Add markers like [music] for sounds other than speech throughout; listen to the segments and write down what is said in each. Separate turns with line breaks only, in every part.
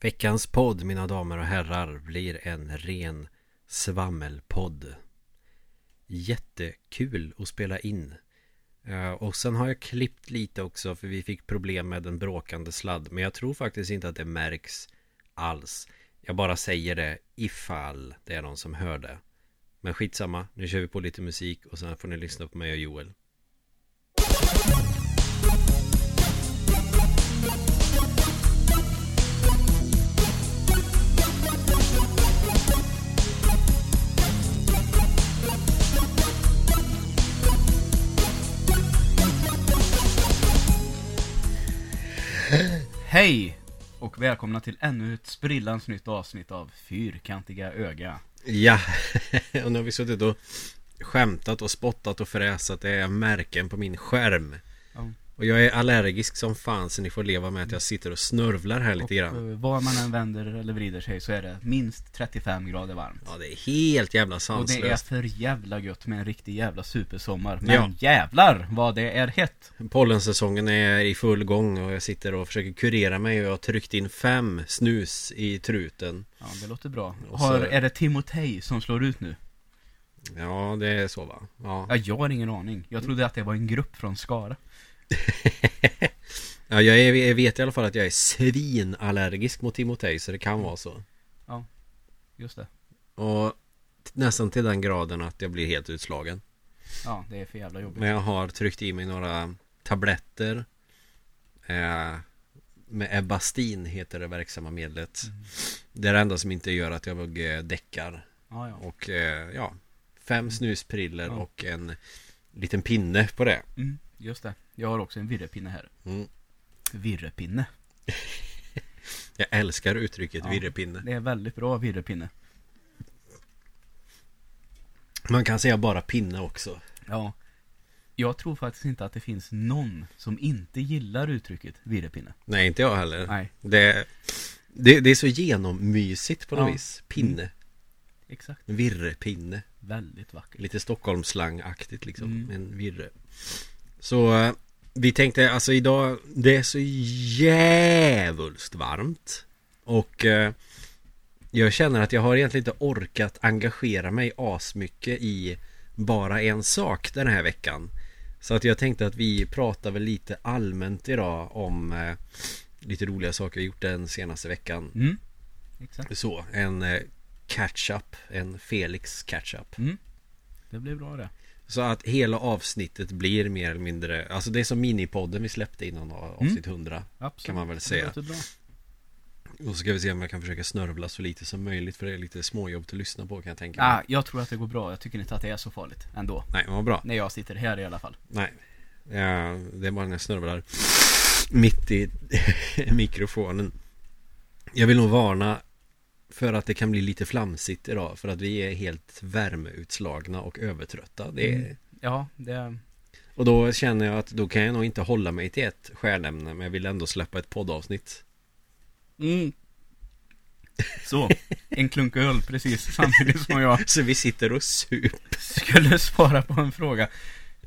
Veckans podd, mina damer och herrar, blir en ren svammelpodd. Jättekul att spela in. Eh, Och sen har jag klippt lite också för vi fick problem med en bråkande sladd. Men jag tror faktiskt inte att det märks alls. Jag bara säger det ifall det är någon som hör det. Men skitsamma, nu kör vi på lite musik och sen får ni lyssna på mig och Joel.
Hej! Och välkomna till ännu ett sprillans nytt avsnitt av Fyrkantiga öga.
Ja, [laughs] och nu har vi suttit och skämtat och spottat och fräsat. Det är märken på min skärm.
Ja.
Och jag är allergisk som fan så ni får leva med att jag sitter och snörvlar här lite grann.
Och, eh, var man än vänder eller vrider sig så är det minst 35 grader varmt.
Ja, det är helt jävla
Och det är
sanslöst.
för jävla gött med en riktig jävla supersommar. Men
Ja.
jävlar vad det är hett!
Pollensäsongen är i full gång och jag sitter och försöker kurera mig och jag har tryckt in fem snus i truten.
Ja, det låter bra.
Och så-
Har, är det Timotej som slår ut nu?
Ja, det är så va? Ja.
Ja, jag har ingen aning. Jag trodde att det var en grupp från Skara.
ja jag, är, jag vet i alla fall att jag är svinallergisk mot Timotej så det kan vara så.
Just det.
Och t- nästan till den graden att jag blir helt utslagen.
Ja, det är för jävla jobbigt.
Men jag har tryckt i mig några tabletter eh, Med Ebastin heter det verksamma medlet
Mm.
Det är det enda som inte gör att jag eh, däckar
Ja, ja.
Och eh, ja Fem snuspriller
Mm. Ja.
och en liten pinne på det
Mm, just det. Jag har också en virrepinne här.
mm.
Virrepinne.
Jag älskar uttrycket
Ja.
virrepinne
Det är väldigt bra virrepinne.
Man kan säga bara pinne också
Ja. Jag tror faktiskt inte att det finns någon som inte gillar uttrycket virrepinne.
Nej inte jag heller
Nej,
det, det, det är så genommysigt på något
Ja. Mm.
vis Pinne
exakt.
Virrepinne
Väldigt vackert.
Lite Stockholmslangaktigt liksom,
Mm.
en virre Så eh, vi tänkte alltså idag, det är så jävulst varmt Och eh, jag känner att jag har egentligen inte orkat engagera mig asmycket i bara en sak den här veckan Så att jag tänkte att vi pratar väl lite allmänt idag om eh, lite roliga saker vi gjort den senaste veckan
Mm. Exakt.
Så, en eh, catch-up, en Felix catch-up
Mm. Det blir bra det.
så att hela avsnittet blir mer eller mindre Alltså det är som minipodden vi släppte innan
Mm.
av- avsnitt 100
Absolut.
Kan man väl säga.
Det låter bra.
Och så ska vi se om jag kan försöka snörvla så lite som möjligt För det är lite småjobb att lyssna på kan jag tänka mig
Ah, jag tror att det går bra. Jag tycker inte att det är så farligt ändå.
Nej, vad bra
När jag sitter här i alla fall.
Nej ja, Det är bara när jag snörvlar Mitt i [laughs] mikrofonen Jag vill nog varna För att det kan bli lite flamsigt idag För att vi är helt värmeutslagna och övertrötta Det är
Mm. Ja, det...
Och då känner jag att då kan jag nog inte hålla mig till ett stjärnämne Men jag vill ändå släppa ett poddavsnitt
Mm. Så. En klunk öl precis samtidigt som
[laughs]
jag
Så vi sitter och super
skulle [laughs] svara på en fråga.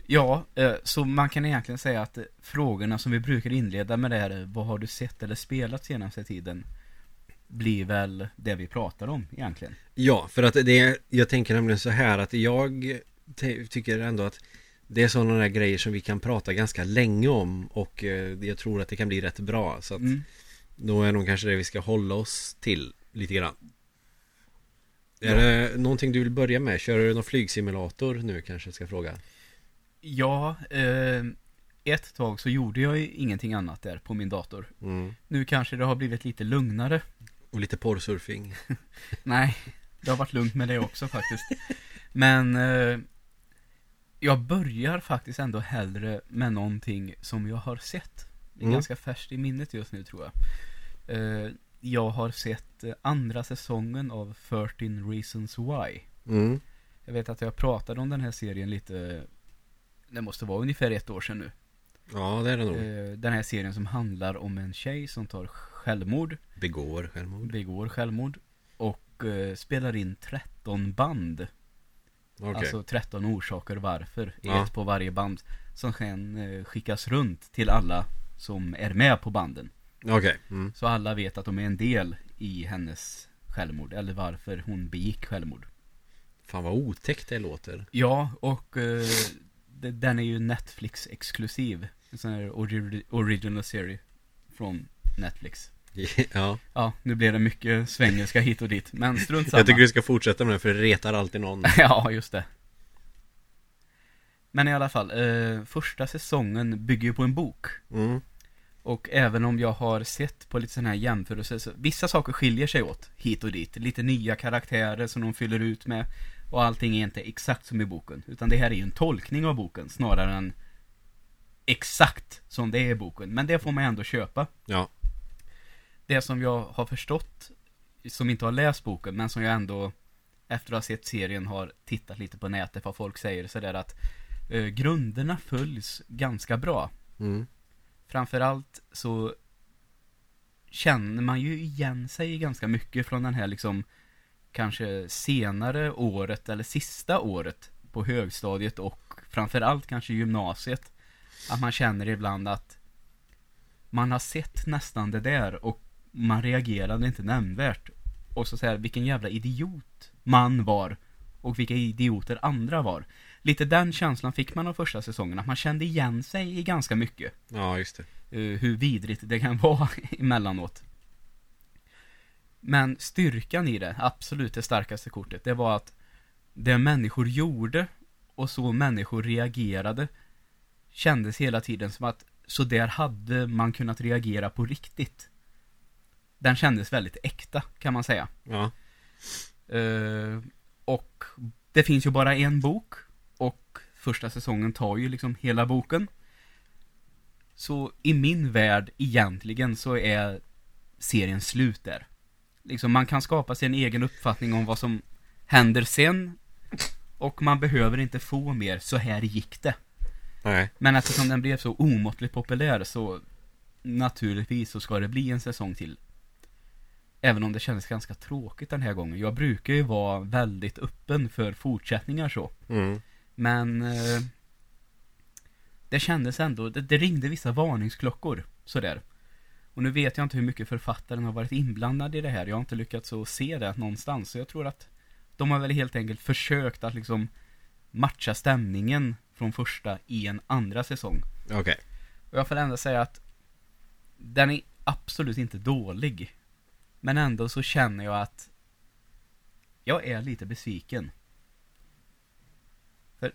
Ja, eh, så man kan egentligen säga att eh, frågorna som vi brukar inleda med det här, eh, vad har du sett eller spelat senaste tiden? Blir väl det vi pratar om egentligen.
Ja, för att det Jag tänker nämligen så här att jag te- Tycker ändå att Det är sådana där grejer som vi kan prata ganska länge om Och eh, jag tror att det kan bli rätt bra Så att
Mm.
då är nog kanske det vi ska hålla oss till Lite grann Är det någonting du vill börja med? Kör du någon flygsimulator nu kanske jag ska fråga?
Ja, eh, ett tag så gjorde jag ju ingenting annat där på min dator.
Mm.
Nu kanske det har blivit lite lugnare.
Och lite porrsurfing?
Nej, det har varit lugnt med det också faktiskt. Men eh, jag börjar faktiskt ändå hellre med någonting som jag har sett. Det är
Mm.
ganska färskt i minnet just nu tror jag. Eh, jag har sett eh, andra säsongen av 13 Reasons Why.
Mm.
Jag vet att jag pratade om den här serien lite, det måste vara ungefär ett år sedan nu.
Ja, det är det nog
Eh, den här serien som handlar om en tjej som tar självmord,
Begår självmord
begår självmord och eh, spelar in 13 band.
Okej
Alltså 13 orsaker varför,
Ja.
ett på varje band. Som sen eh, skickas runt till alla som är med på banden.
Okej. Mm.
Så alla vet att de är en del i hennes självmord, eller varför hon begick självmord.
Fan vad otäckt det låter. [laughs]
Ja, och eh, det- den är ju Netflix-exklusiv. En sån här ori- original serie från Netflix.
ja.
Ja, nu blev det mycket svengelska hit och dit, men strunt samma.
Jag tycker vi ska fortsätta med den för det retar alltid
[laughs]
någon.
ja, just det. Men i alla fall, eh, första säsongen bygger ju på en bok.
Mm.
Och även om jag har sett på lite sådana här jämförelser så vissa saker skiljer sig åt hit och dit. Lite nya karaktärer som de fyller ut med. Och allting är inte exakt som i boken. Utan det här är ju en tolkning av boken snarare än exakt som det är i boken. Men det får man ändå köpa.
Ja.
Det som jag har förstått, som inte har läst boken, men som jag ändå efter att ha sett serien har tittat lite på nätet vad folk säger sådär att eh, grunderna följs ganska bra.
Mm.
Framförallt så känner man ju igen sig ganska mycket från den här liksom kanske senare året eller sista året på högstadiet och framförallt kanske gymnasiet. Att man känner ibland att man har sett nästan det där och man reagerade inte nämnvärt. Och så säger vilken jävla idiot man var och vilka idioter andra var. Lite den känslan fick man av första säsongen, att man kände igen sig i ganska mycket
Ja, just det.
eh, hur vidrigt det kan [laughs] vara emellanåt. Men styrkan i det, absolut det starkaste kortet, det var att det människor gjorde och så människor reagerade kändes hela tiden som att så där hade man kunnat reagera på riktigt. Den kändes väldigt äkta kan man säga.
Ja.
Eh, och det finns ju bara en bok. Och första säsongen tar ju liksom hela boken. Så i min värld egentligen så är serien slut där. Liksom man kan skapa sin egen uppfattning om vad som händer sen. Och man behöver inte få mer, så här gick det.
Nej.
Men eftersom den blev så omåttligt populär så naturligtvis så ska det bli en säsong till. Även om det kändes ganska tråkigt den här gången. Jag brukar ju vara väldigt öppen för fortsättningar så.
Mm.
Men eh, det kändes ändå, det, det ringde vissa varningsklockor sådär. Och nu vet jag inte hur mycket författaren har varit inblandad i det här. Jag har inte lyckats att se det någonstans. Så jag tror att de har väl helt enkelt försökt att liksom matcha stämningen från första i en andra säsong.
Okej.
Och jag får ändå säga att den är absolut inte dålig. Men ändå så känner jag att jag är lite besviken. För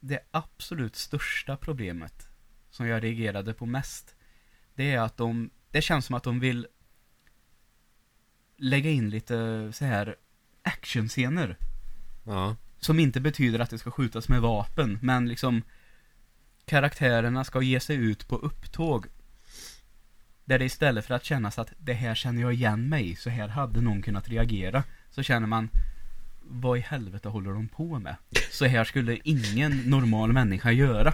det absolut största problemet som jag reagerade på mest det är att de, det känns som att de vill lägga in lite så här actionscener
Ja.
som inte betyder att det ska skjutas med vapen, men liksom karaktärerna ska ge sig ut på upptåg. Där det istället för att kännas att det här känner jag igen mig, så här hade någon kunnat reagera. Så känner man, vad i helvete håller de på med? Så här skulle ingen normal människa göra.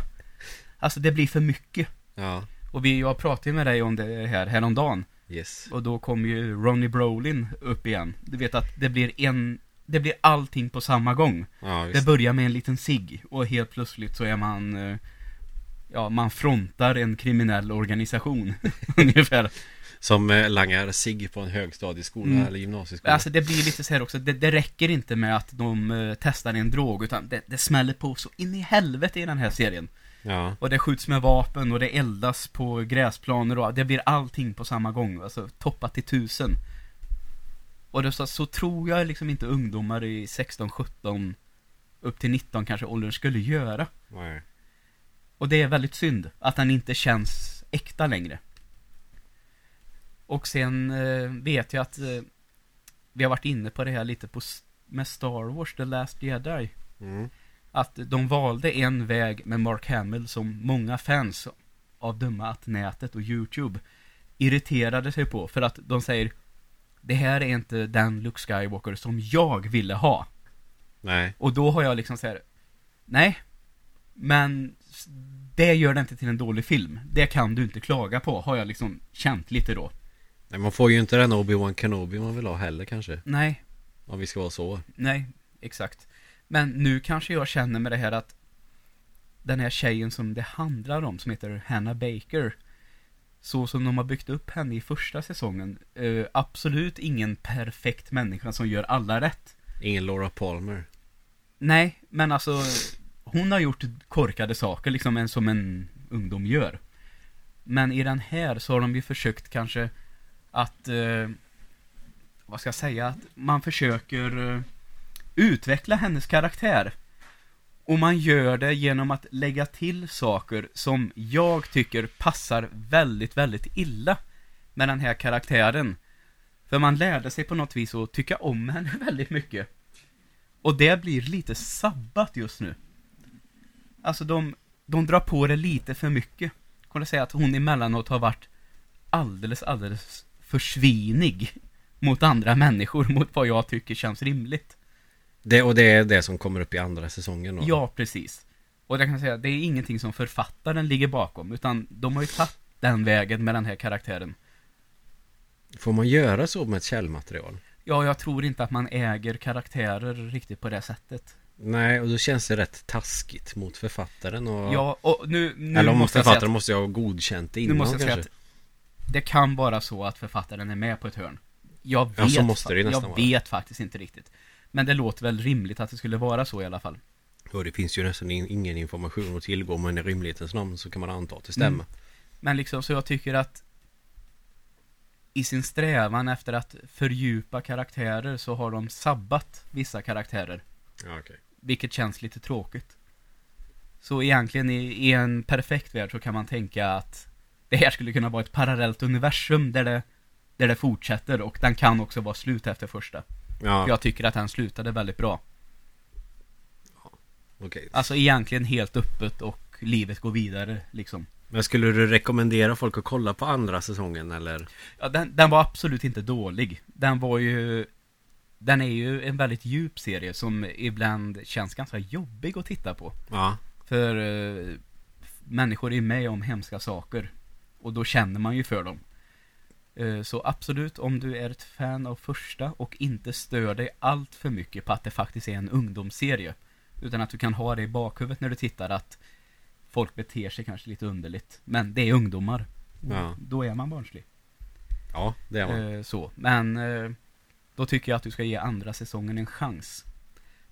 Alltså det blir för mycket.
Ja.
Och vi, jag pratade ju med dig om det här häromdagen.
Yes.
Och då kom ju Ronnie Brolin upp igen. Du vet att det blir en, det blir allting på samma gång.
Ja,
Det
visst.
börjar med en liten sig och helt plötsligt så är man eh, Ja, man frontar en kriminell organisation [laughs] Ungefär
Som eh, langar sig på en högstadieskola
Mm.
eller gymnasieskola.
Alltså det blir lite så här också, det, det räcker inte med att de eh, testar en drog utan det, det smäller på så in i helvete i den här serien
ja.
Och det skjuts med vapen och det eldas på gräsplaner och det blir allting på samma gång Alltså toppat till tusen Och det, så, så tror jag liksom inte ungdomar i 16, 17 Upp till 19 kanske åldern skulle göra
Nej.
Och det är väldigt synd att den inte känns äkta längre. Och sen eh, vet jag att eh, vi har varit inne på det här lite på, s- med Star Wars The Last Jedi.
Mm.
Att de valde en väg med Mark Hamill som många fans av döma att nätet och YouTube irriterade sig på. För att de säger det här är inte den Luke Skywalker som jag ville ha.
Nej.
Och då har jag liksom så här. Nej. Men s- det gör det inte till en dålig film. Det kan du inte klaga på, har jag liksom känt lite då.
Nej, man får ju inte den Obi-Wan Kenobi man vill ha heller kanske.
Nej,
Om vi ska vara så.
nej, exakt. Men nu kanske jag känner med det här att den här tjejen som det handlar om, som heter Hannah Baker, så som de har byggt upp henne i första säsongen. Eh, absolut ingen perfekt människa som gör alla rätt.
Ingen Laura Palmer.
Nej, men alltså hon har gjort korkade saker liksom en, som en ungdom gör. Men i den här så har de ju försökt kanske att, eh, vad ska jag säga, att man försöker eh, utveckla hennes karaktär. Och man gör det genom att lägga till saker som jag tycker passar väldigt, väldigt illa med den här karaktären. För man lärde sig på något vis att tycka om henne [laughs] väldigt mycket. Och det blir lite sabbat just nu. Alltså de, de drar på det lite för mycket. Kommer säga att hon emellanåt har varit alldeles, alldeles för svinig mot andra människor, [laughs] mot vad jag tycker känns rimligt.
Det, och det är det som kommer upp i andra säsongen då.
Ja, precis. Och jag kan säga, det är ingenting som författaren ligger bakom, utan de har ju tagit den vägen med den här karaktären.
Får man göra så med ett källmaterial?
Ja, jag tror inte att man äger karaktärer riktigt på det sättet.
Nej, och då känns det rätt taskigt mot författaren och...
Ja, och nu, nu
Eller om
måste jag säga
författaren
att,
måste jag ha godkänt det
nu
innan
måste jag säga
kanske.
att det kan vara så att författaren är med på ett hörn. Jag vet,
Ja, så måste det ju
fa-
nästan
jag
vara.
vet faktiskt inte riktigt. Men det låter väl rimligt att det skulle vara så i alla fall.
Och det finns ju nästan in- ingen information att tillgå men i rimlighetens namn så kan man anta att det stämmer.
Men liksom, så jag tycker att i sin strävan efter att fördjupa karaktärer så har de sabbat vissa karaktärer.
Ja, okej.
Vilket känns lite tråkigt. Så egentligen i, i en perfekt värld så kan man tänka att det här skulle kunna vara ett parallellt universum där det, där det fortsätter och den kan också vara slut efter första.
Ja,
Jag tycker att den slutade väldigt bra.
okej.
Alltså egentligen helt öppet och livet går vidare liksom.
Men skulle du rekommendera folk att kolla på andra säsongen eller?
Ja, den, den var absolut inte dålig. Den var ju... Den är ju en väldigt djup serie som ibland känns ganska jobbig att titta på.
Ja.
För eh, människor är med om hemska saker. Och då känner man ju för dem. Eh, så absolut, om du är ett fan av första och inte stör dig allt för mycket på att det faktiskt är en ungdomsserie. Utan att du kan ha det i bakhuvudet när du tittar att folk beter sig kanske lite underligt. Men det är ungdomar.
Ja.
Då är man barnslig.
Ja, det är man.
Eh, så. Men eh, då tycker jag att du ska ge andra säsongen en chans.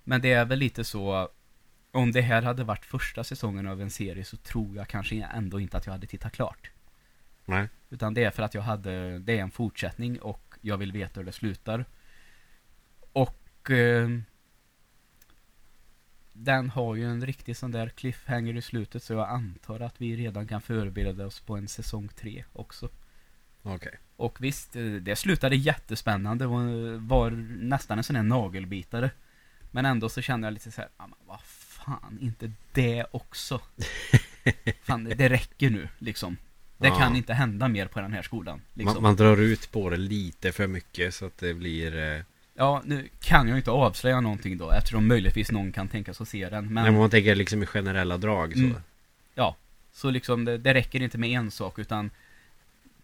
Men det är väl lite så, om det här hade varit första säsongen av en serie så tror jag kanske ändå inte att jag hade tittat klart.
Nej.
Utan det är för att jag hade, det är en fortsättning och jag vill veta hur det slutar. Och eh, den har ju en riktig sån där cliffhanger i slutet så jag antar att vi redan kan förbereda oss på en säsong tre också.
Okej.
Och visst, eh, det slutade jättespännande och eh, var nästan en sån här nagelbitare. Men ändå så kände jag lite så här, "Ja, men vad fan, inte det
[laughs]
också. fan, det- det räcker nu liksom. Det
Ja.
kan inte hända mer på den här skolan. Liksom.
Man, man drar ut på det lite för mycket så att det blir... Eh,
Ja, nu kan jag inte avslöja någonting då eftersom möjligtvis någon kan tänkas att se den. Men
Nej, men man tänker liksom i generella drag så.
Mm. Så liksom, det, det räcker inte med en sak utan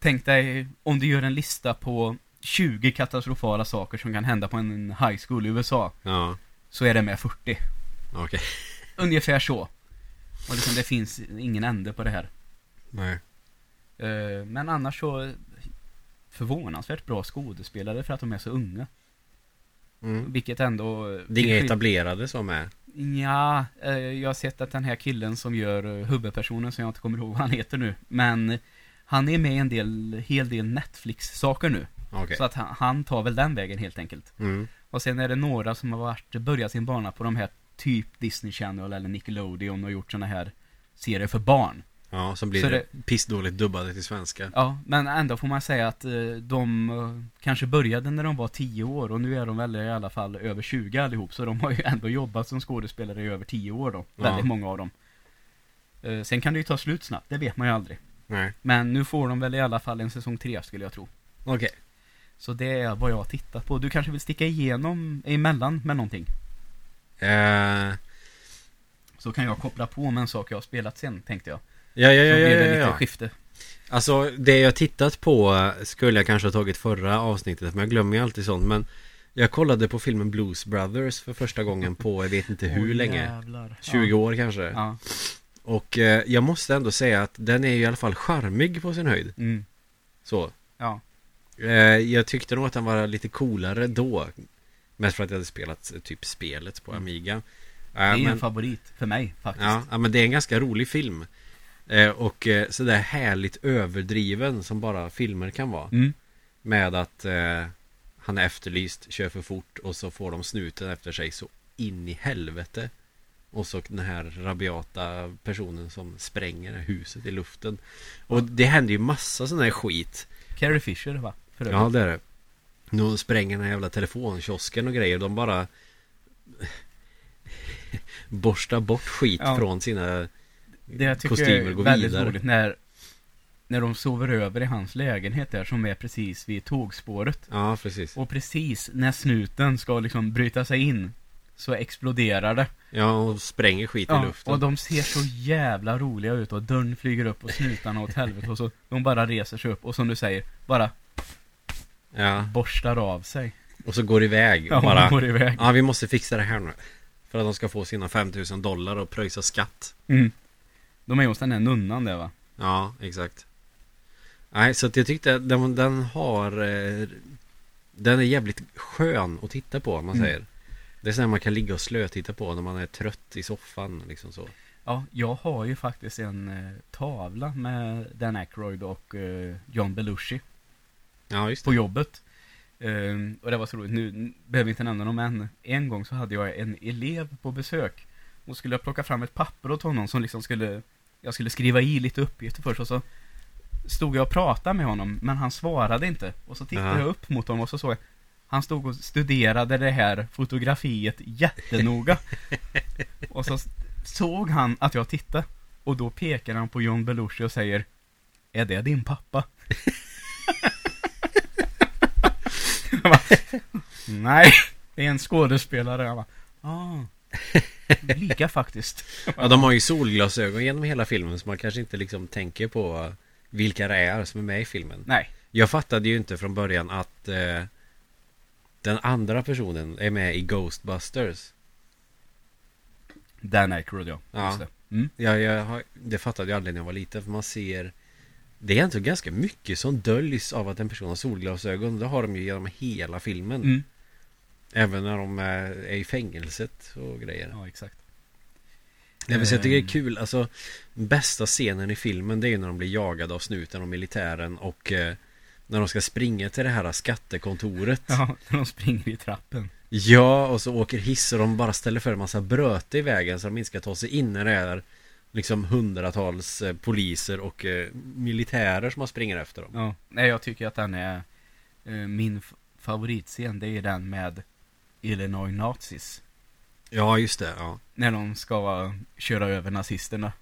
Tänk dig om du gör en lista på 20 katastrofala saker som kan hända på en high school i USA
Ja,
Så är det med 40
okej.
Ungefär så Och liksom det finns ingen ände på det här
Nej.
Eh, Men annars så Förvånansvärt bra skådespelare för att de är så unga
Mm.
Vilket ändå
Det är inga etablerade som är.
Ja, eh, jag har sett att den här killen som gör eh, huvudpersonen som jag inte kommer ihåg vad han heter nu Men Han är med i en del, hel del Netflix-saker nu
Okej.
Så att han, han tar väl den vägen helt enkelt
Mm.
Och sen är det några som har varit, börjat sin bana på de här typ Disney Channel eller Nickelodeon och gjort såna här serier för barn
Ja, som blir
Så
det... pissdåligt dubbade till svenska.
Ja, men ändå får man säga att eh, de eh, kanske började när de var 10 år och nu är de väl i alla fall över 20 allihop så de har ju ändå jobbat som skådespelare i över 10 år då,
Ja.
väldigt många av dem. Eh, Sen kan det ju ta slut snabbt, det vet man ju aldrig.
Nej.
Men nu får de väl i alla fall en säsong 3 skulle jag tro.
Okej.
Så det är vad jag har tittat på. Du kanske vill sticka igenom emellan med någonting?
Eh,
Så kan jag koppla på med en sak jag har spelat sen, tänkte jag.
ja, ja, ja,
Så
ja,
blir det
ja,
lite
ja.
skifte.
Alltså, det jag tittat på eh, skulle jag kanske ha tagit förra avsnittet, men jag glömmer ju alltid sånt. Men jag kollade på filmen Blues Brothers för första gången på, jag vet inte hur
Åh,
länge.
jävlar.
20 år kanske.
Ja.
Och eh, jag måste ändå säga att den är ju i alla fall charmig på sin höjd.
Mm.
Så.
Ja.
Eh, jag tyckte nog att den var lite coolare då. Mest för att jag hade spelat eh, typ spelet på
Mm.
Amiga. Eh,
Det är ju
men-
en favorit för mig faktiskt.
Ja, ja, men det är en ganska rolig film. Eh, och eh, sådär härligt överdriven som bara filmer kan vara.
Mm.
Med att eh, han är efterlyst, kör för fort och så får de snuten efter sig så in i helvete. Och så den här rabiata personen som spränger huset i luften. Och det händer ju massa sån här skit.
Carrie Fisher va? För
Ja,
övrigt.
det är det. De spränger den här jävla telefonkiosken och grejer. De bara [laughs] borstar bort skit
Ja.
från sina...
det jag tycker
kostymer
är
går
väldigt
vidare.
roligt när när de sover över i hans lägenhet där som är precis vid tågspåret.
Ja, precis.
Och precis när snuten ska liksom bryta sig in så exploderar det.
Ja, och spränger skit i luften.
och de ser så jävla roliga ut och dörren flyger upp och snutarna åt helvete och så de bara reser sig upp och som du säger, bara
Ja,
borstar av sig.
och så går iväg och
Ja,
bara...
[laughs] de går iväg.
Ja, vi måste fixa det här nu. För att de ska få sina 5000 dollar och pröjsa skatt.
Mm. De är hos den här nunnan där va?
Ja, exakt. Nej, så att jag tyckte att den, den har... eh, Den är jävligt skön att titta på, om man
Mm.
säger. Det är sån här man kan ligga och slötitta på när man är trött i soffan, liksom så.
Ja, jag har ju faktiskt en eh, tavla med Dan Aykroyd och eh, John Belushi
Ja, just det.
på jobbet. Ehm, och det var så roligt, nu n- behöver vi inte nämna dem än. En gång så hade jag en elev på besök. Och skulle jag plocka fram ett papper åt honom som liksom skulle, jag skulle skriva i lite uppgifter först och så stod jag och pratade med honom men han svarade inte. Och så tittade
Ja.
jag upp mot honom och så såg jag han stod och studerade det här fotografiet jättenoga. och så s- såg han att jag tittade. Och då pekar han på John Belushi och säger Är det din pappa? [laughs] Jag bara, Nej, det är en skådespelare. Jag bara, ah, lika faktiskt.
Ja, de har ju solglasögon genom hela filmen, så man kanske inte liksom tänker på vilka det är som är med i filmen.
Nej,
Jag fattade ju inte från början att eh, den andra personen är med i Ghostbusters.
Dan Aykroyd ja.
Ja.
Just det. Mm.
Jag, jag, har- det fattade jag aldrig när jag var liten, för man ser... Det är egentligen ganska mycket som döljs av att en person har solglasögon. Det har de ju genom hela filmen.
Mm.
Även när de eh, är i fängelset och grejer.
Ja, exakt.
Nej, men så jag tycker det är
Ehm.
kul, alltså Bästa scenen i filmen det är ju när de blir jagade av snuten och militären och eh, När de ska springa till det här skattekontoret
[laughs] Ja, när de springer i trappen.
Ja, och så åker hiss och de bara ställer för en massa bröte i vägen så de inte ska ta sig in när det är Liksom hundratals eh, poliser och eh, militärer som man springer efter dem
Ja. Nej, jag tycker att den är eh, min f- favoritscen. Det är den med Illinois Nazis.
Ja, just det, ja
När de ska köra över nazisterna.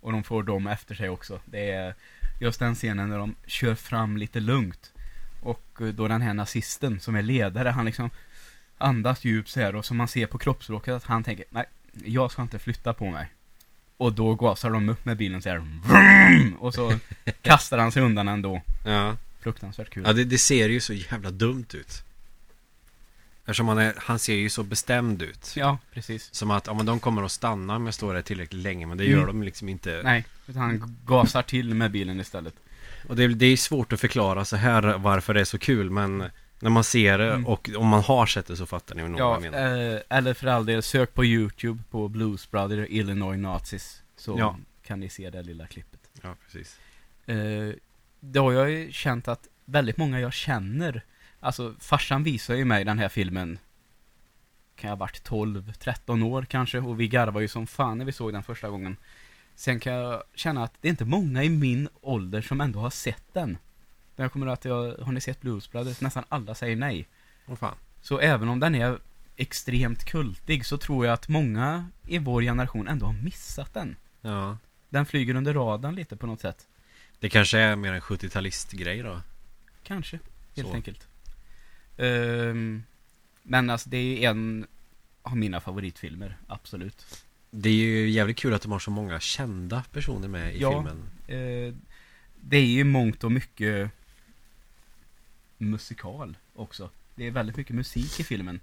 Och de får dem efter sig också. Det är just den scenen när de kör fram lite lugnt. Och eh, då den här nazisten som är ledare, han liksom andas djupt så här och som man ser på kroppsspråket att han tänker nej, jag ska inte flytta på mig. Och då gasar de upp med bilen så här vroom, och så kastar han sig undan ändå.
Ja,
Fruktansvärt kul.
ja det, det ser ju så jävla dumt ut Eftersom han, är, han ser ju så bestämd ut
Ja, precis.
Som att, ja men de kommer att stanna om jag står där tillräckligt länge Men det gör
Mm.
de liksom inte
Nej, utan han gasar till med bilen istället.
Och det, det är svårt att förklara så här varför det är så kul Men när man ser det
Mm.
och om man har sett det så fattar ni nog
Ja,
vad jag menar
eh, eller för all del, sök på YouTube på Blues Brother Illinois Nazis. Så
Ja.
kan ni se det lilla klippet.
Ja, precis
Eh, det har jag ju känt att väldigt många jag känner, alltså farsan visar ju mig den här filmen, kan jag ha varit 12-13 år kanske, och vi garvade ju som fan när vi såg den första gången. Sen kan jag känna att det är inte många i min ålder som ändå har sett den. När jag kommer ihåg att jag, har ni sett Blues Brothers? Nästan alla säger nej.
Åh fan
Så även om den är extremt kultig så tror jag att många i vår generation ändå har missat den.
Ja
Den flyger under radarn lite på något sätt.
Det kanske är mer en 70-talist-grej då
Kanske, helt
Så.
enkelt. Ehm, men alltså det är en av mina favoritfilmer, absolut.
Det är ju jävligt kul att de har så många kända personer med i
Ja.
filmen
Ehm, det är ju i mångt och mycket musikal också. Det är väldigt mycket musik i filmen.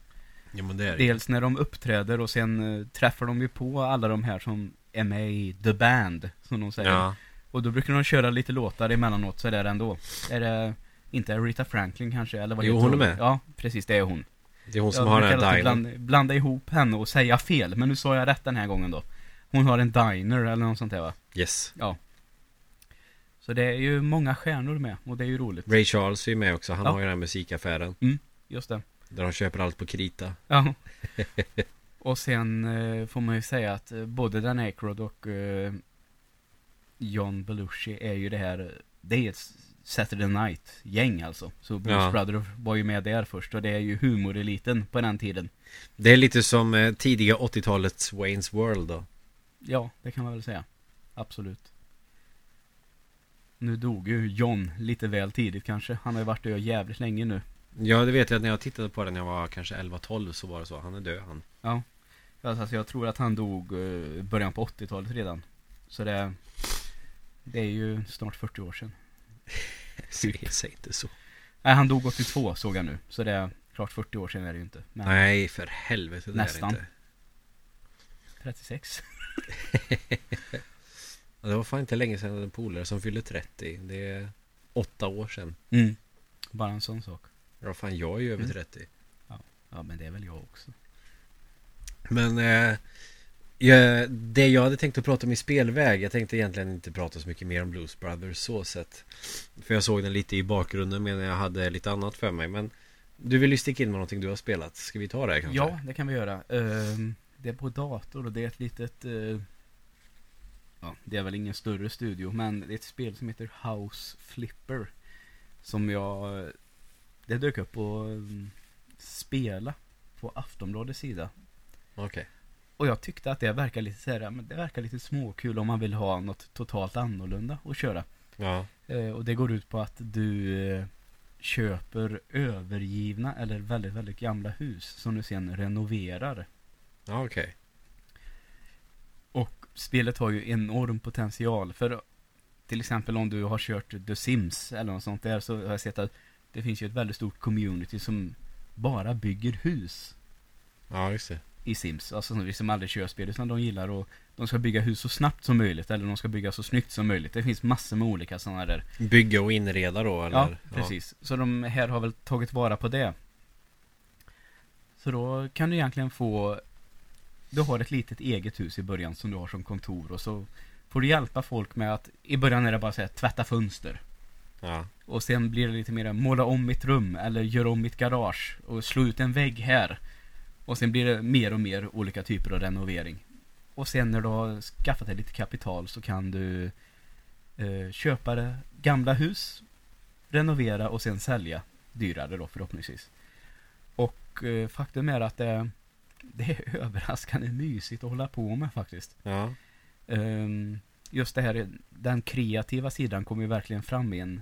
Ja men det är det
Dels när de uppträder och sen eh, träffar de ju på alla de här som är med i The Band, som de säger.
Ja.
Och då brukar de köra lite låtar emellanåt så där ändå. Är det inte Rita Franklin kanske? Eller vad
Jo,
heter
hon är med.
Ja, precis, det är hon.
Det är hon som
jag
har
brukar
den här
alltid
dialen.
blanda, blanda ihop henne och säga fel, men nu sa jag rätt den här gången då. Hon har en diner eller något sånt där va?
Yes.
Så det är ju många stjärnor med och det är ju roligt.
Ray Charles är ju med också. Han
Ja.
har ju den här musikaffären.
Just det.
Där de köper allt på krita.
Ja. och sen eh, får man ju säga att eh, både Dan Aykroyd och eh, John Belushi är ju det här, eh, det är ett Saturday Night-gäng alltså. Så Blues
Ja.
Brothers var ju med där först och det är ju humoreliten på den tiden.
Det är lite som eh, tidiga 80-talets Wayne's World då.
Ja, det kan man väl säga. Absolut. Nu dog ju John lite väl tidigt kanske. Han har ju varit död jävligt länge nu.
Ja, det vet jag att när jag tittade på den när jag var kanske 11-12 så var det så. Han är död [laughs] han.
Alltså jag tror att han dog eh, början på 80-talet redan. Så det, det är ju snart 40 år sedan.
Säg, säg inte så.
Nej, han dog 82 såg jag nu. Så det är klart 40 år sedan är det ju inte. Men
Nej, för helvete. Det
Nästan.
Är det, inte.
36.
Ja, det var fan inte länge sedan jag hade en polare som fyllde 30. Det är åtta år sedan.
Mm. Bara en sån sak.
Ja, fan jag är ju över
Mm.
30.
Ja, men det är väl jag också.
Men eh, jag, det jag hade tänkt att prata om i spelväg, jag tänkte egentligen inte prata så mycket mer om Blues Brothers så sett. För jag såg den lite i bakgrunden men jag hade lite annat för mig. Men du vill ju sticka in med någonting du har spelat. Ska vi ta det här kanske?
Ja, det kan vi göra. Ehm, det är på dator och det är ett litet... eh, ja, det är väl ingen större studio, men det är ett spel som heter House Flipper. Som jag... eh, Det dök upp på eh, Spela på Aftonbladets sida.
Okej.
Och jag tyckte att det verkar lite så här, ja, men det verkar lite småkul om man vill ha något totalt annorlunda att köra.
Ja.
Eh, Och det går ut på att du eh, köper övergivna eller väldigt, väldigt gamla hus som du sen renoverar.
Ja, okej.
Och spelet har ju enorm potential för till exempel om du har kört The Sims eller något sånt där så har jag sett att det finns ju ett väldigt stort community som bara bygger hus
Ja, just det.
i Sims. Alltså som- som aldrig kör spel utan de gillar att de ska bygga hus så snabbt som möjligt eller de ska bygga så snyggt som möjligt. Det finns massor med olika sådana där
Bygga och inreda då eller?
Ja, precis. Så de här har väl tagit vara på det. Så då kan du egentligen få... Du har ett litet eget hus i början som du har som kontor och så får du hjälpa folk med att... I början är det bara så här, tvätta fönster.
Ja.
Och sen blir det lite mer måla om mitt rum eller gör om mitt garage och slå ut en vägg här. Och sen blir det mer och mer olika typer av renovering. Och sen när du har skaffat dig lite kapital så kan du eh, köpa det gamla hus, renovera och sen sälja dyrare då förhoppningsvis. Och eh, [laughs] faktum är att det, det är överraskande mysigt att hålla på med faktiskt.
Ja.
Ehm, just det här, den kreativa sidan kommer ju verkligen fram i en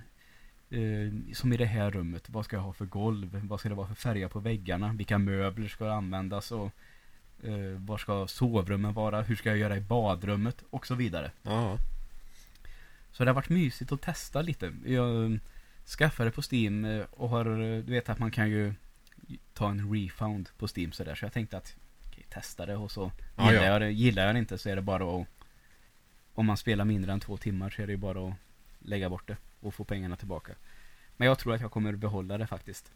ehm, som i det här rummet, vad ska jag ha för golv? Vad ska det vara för färger på väggarna? Vilka möbler ska användas? Och eh, var ska sovrummen vara? Hur ska jag göra i badrummet? Och så vidare.
Ja.
Så det har varit mysigt att testa lite. Jag eh, skaffade på Steam eh, och har, eh, du vet att man kan ju ta en refund på Steam sådär. Så jag tänkte att okej, testa det och så
Ja,
gillar,
ja.
Jag det, gillar jag det inte så är det bara att om man spelar mindre än två timmar så är det ju bara att lägga bort det och få pengarna tillbaka. Men jag tror att jag kommer behålla det faktiskt.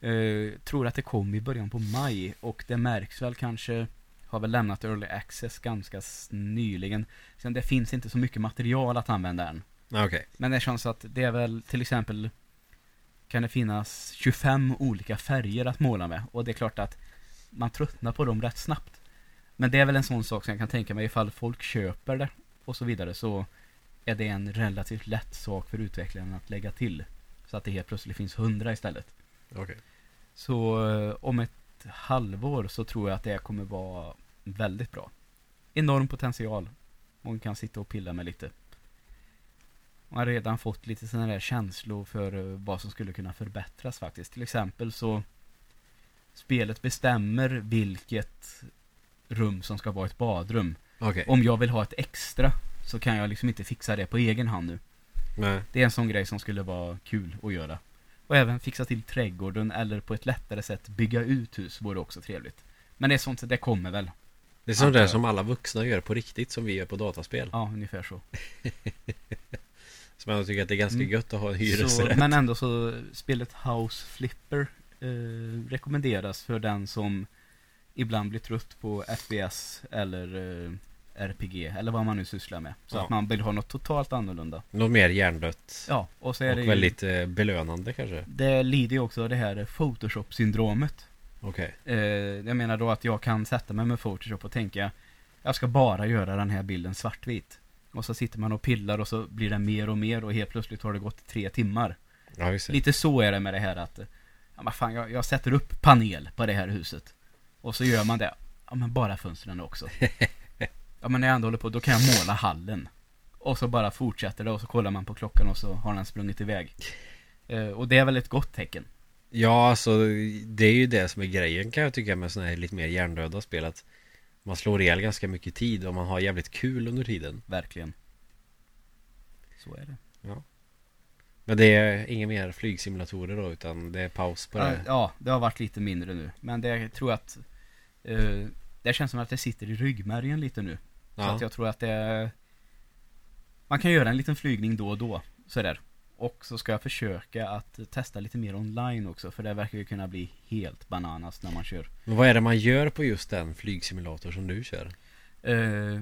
Eh, tror att det kom i början på maj och det märks väl kanske har väl lämnat Early Access ganska s- nyligen. Sen det finns inte så mycket material att använda än.
Okej.
Men det känns att det är väl till exempel kan det finnas 25 olika färger att måla med och det är klart att man tröttnar på dem rätt snabbt. Men det är väl en sån sak som jag kan tänka mig ifall folk köper det och så vidare så är det en relativt lätt sak för utvecklaren att lägga till. Så att det helt plötsligt finns 100 istället.
Okej.
Så eh, om ett halvår så tror jag att det kommer vara väldigt bra. Enorm potential. Man kan sitta och pilla med lite. Man har redan fått lite sådana där känslor för eh, vad som skulle kunna förbättras faktiskt. Till exempel så spelet bestämmer vilket rum som ska vara ett badrum.
Okej.
Om jag vill ha ett extra så kan jag liksom inte fixa det på egen hand nu.
Nej.
Det är en sån grej som skulle vara kul att göra. Och även fixa till trädgården eller på ett lättare sätt bygga ut hus vore också trevligt. Men det är sånt, det kommer väl.
Det är sånt
Antar
där
jag.
som alla vuxna gör på riktigt som vi gör på dataspel.
Ja, ungefär så.
Som jag tycker att det är ganska
Mm.
gött att ha en
så
hyresrätt.
men ändå så, spelet House Flipper eh, rekommenderas för den som ibland blir trött på FPS eller eh, RPG, eller vad man nu sysslar med. Så
Ja.
att man vill ha något totalt annorlunda.
Något mer hjärndött.
Ja, och så är det
Och
ju,
väldigt eh, belönande kanske.
Det lider ju också av det här Photoshop-syndromet.
Okej.
Eh, jag menar då att jag kan sätta mig med Photoshop och tänka Jag ska bara göra den här bilden svartvit Och så sitter man och pillar och så blir det mer och mer och helt plötsligt har det gått tre timmar
Ja, just det.
Lite så är det med det här att eh, ja, vad fan, jag, jag sätter upp panel på det här huset Och så gör man det Ja men bara fönstren också Ja men när jag ändå håller på då kan jag måla hallen Och så bara fortsätter det och så kollar man på klockan och så har den sprungit iväg eh, Och det är väl ett gott tecken
Ja, alltså det är ju det som är grejen kan jag tycka med sådana här lite mer hjärndöda spel. Att man slår ihjäl ganska mycket tid och man har jävligt kul under tiden.
Verkligen Så är det
Men det är inga mer flygsimulatorer då utan det är paus på det.
Ja, Ja, det har varit lite mindre nu. Men det jag tror att eh, Det känns som att det sitter i ryggmärgen lite nu. Så
Ja.
att jag tror att det Man kan göra en liten flygning då och då. Sådär. Och så ska jag försöka att testa lite mer online också. För det verkar ju kunna bli helt bananas när man kör.
Men vad är det man gör på just den flygsimulator som du kör?
Eh,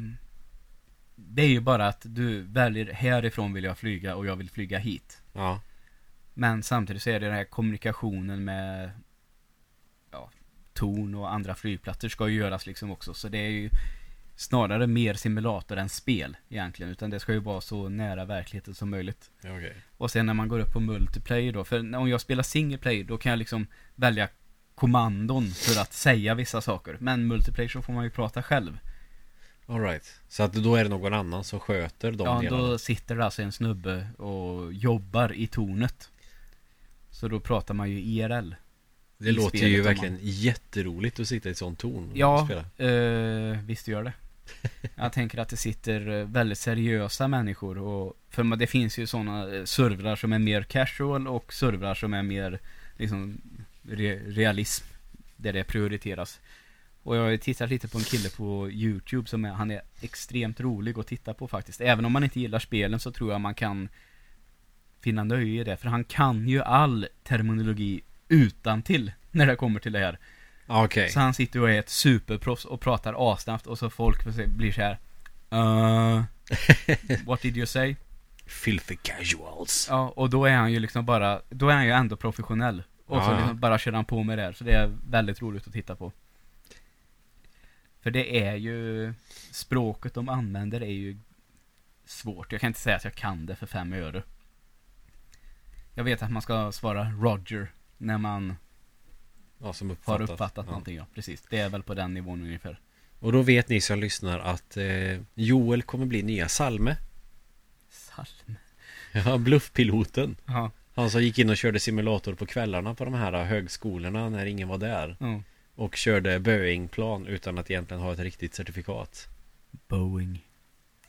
det är ju bara att du väljer härifrån vill jag flyga och jag vill flyga hit.
Ja,
Men samtidigt så är det den här kommunikationen med ja, torn och andra flygplatser ska ju göras liksom också. Så det är ju snarare mer simulator än spel egentligen. Utan det ska ju vara så nära verkligheten som möjligt.
ja, okej.
Och sen när man går upp på multiplayer då. För när- om jag spelar single player då kan jag liksom välja kommandon för att säga vissa saker. Men multiplayer så får man ju prata själv.
Alright. Så att då är det någon annan som sköter de
Ja,
delarna?
då sitter det alltså en snubbe och jobbar i tornet. Så då pratar man ju IRL.
Det
i
låter
spelet
ju
om man-
verkligen jätteroligt att sitta i ett sånt torn och
Ja,
spela.
eh, visst gör det. Jag tänker att det sitter eh, väldigt seriösa människor och för man- det finns ju sådana servrar som är mer casual och servrar som är mer liksom re, realism där det prioriteras. Och jag har ju tittat lite på en kille på Youtube som är, han är extremt rolig att titta på faktiskt. Även om man inte gillar spelen så tror jag man kan finna nöje i det. För han kan ju all terminologi utan till när det kommer till det här.
Ja, Okej.
Så han sitter och är ett superproffs och pratar asnabbt och så folk får se- blir så här. Uh,
[laughs]
what did you say?
Filthy casuals.
Ja, och då är han ju liksom bara, då är han ju ändå professionell. Och så
Ja.
liksom bara kör han på med det här, så det är väldigt roligt att titta på. För det är ju, språket de använder är ju svårt. Jag kan inte säga att jag kan det för fem öre. Jag vet att man ska svara Roger när man
Ja, som
har
uppfattat.
uppfattat
ja.
någonting, ja. Precis. Det är väl på den nivån ungefär.
Och då vet ni som lyssnar att eh, Joel kommer bli nya Salme. [laughs]
Salm.
Ja, bluffpiloten.
Ja,
Han som gick in och körde simulator på kvällarna på de här högskolorna när ingen var där.
ja.
Och körde Boeingplan utan att egentligen ha ett riktigt certifikat.
Boeing.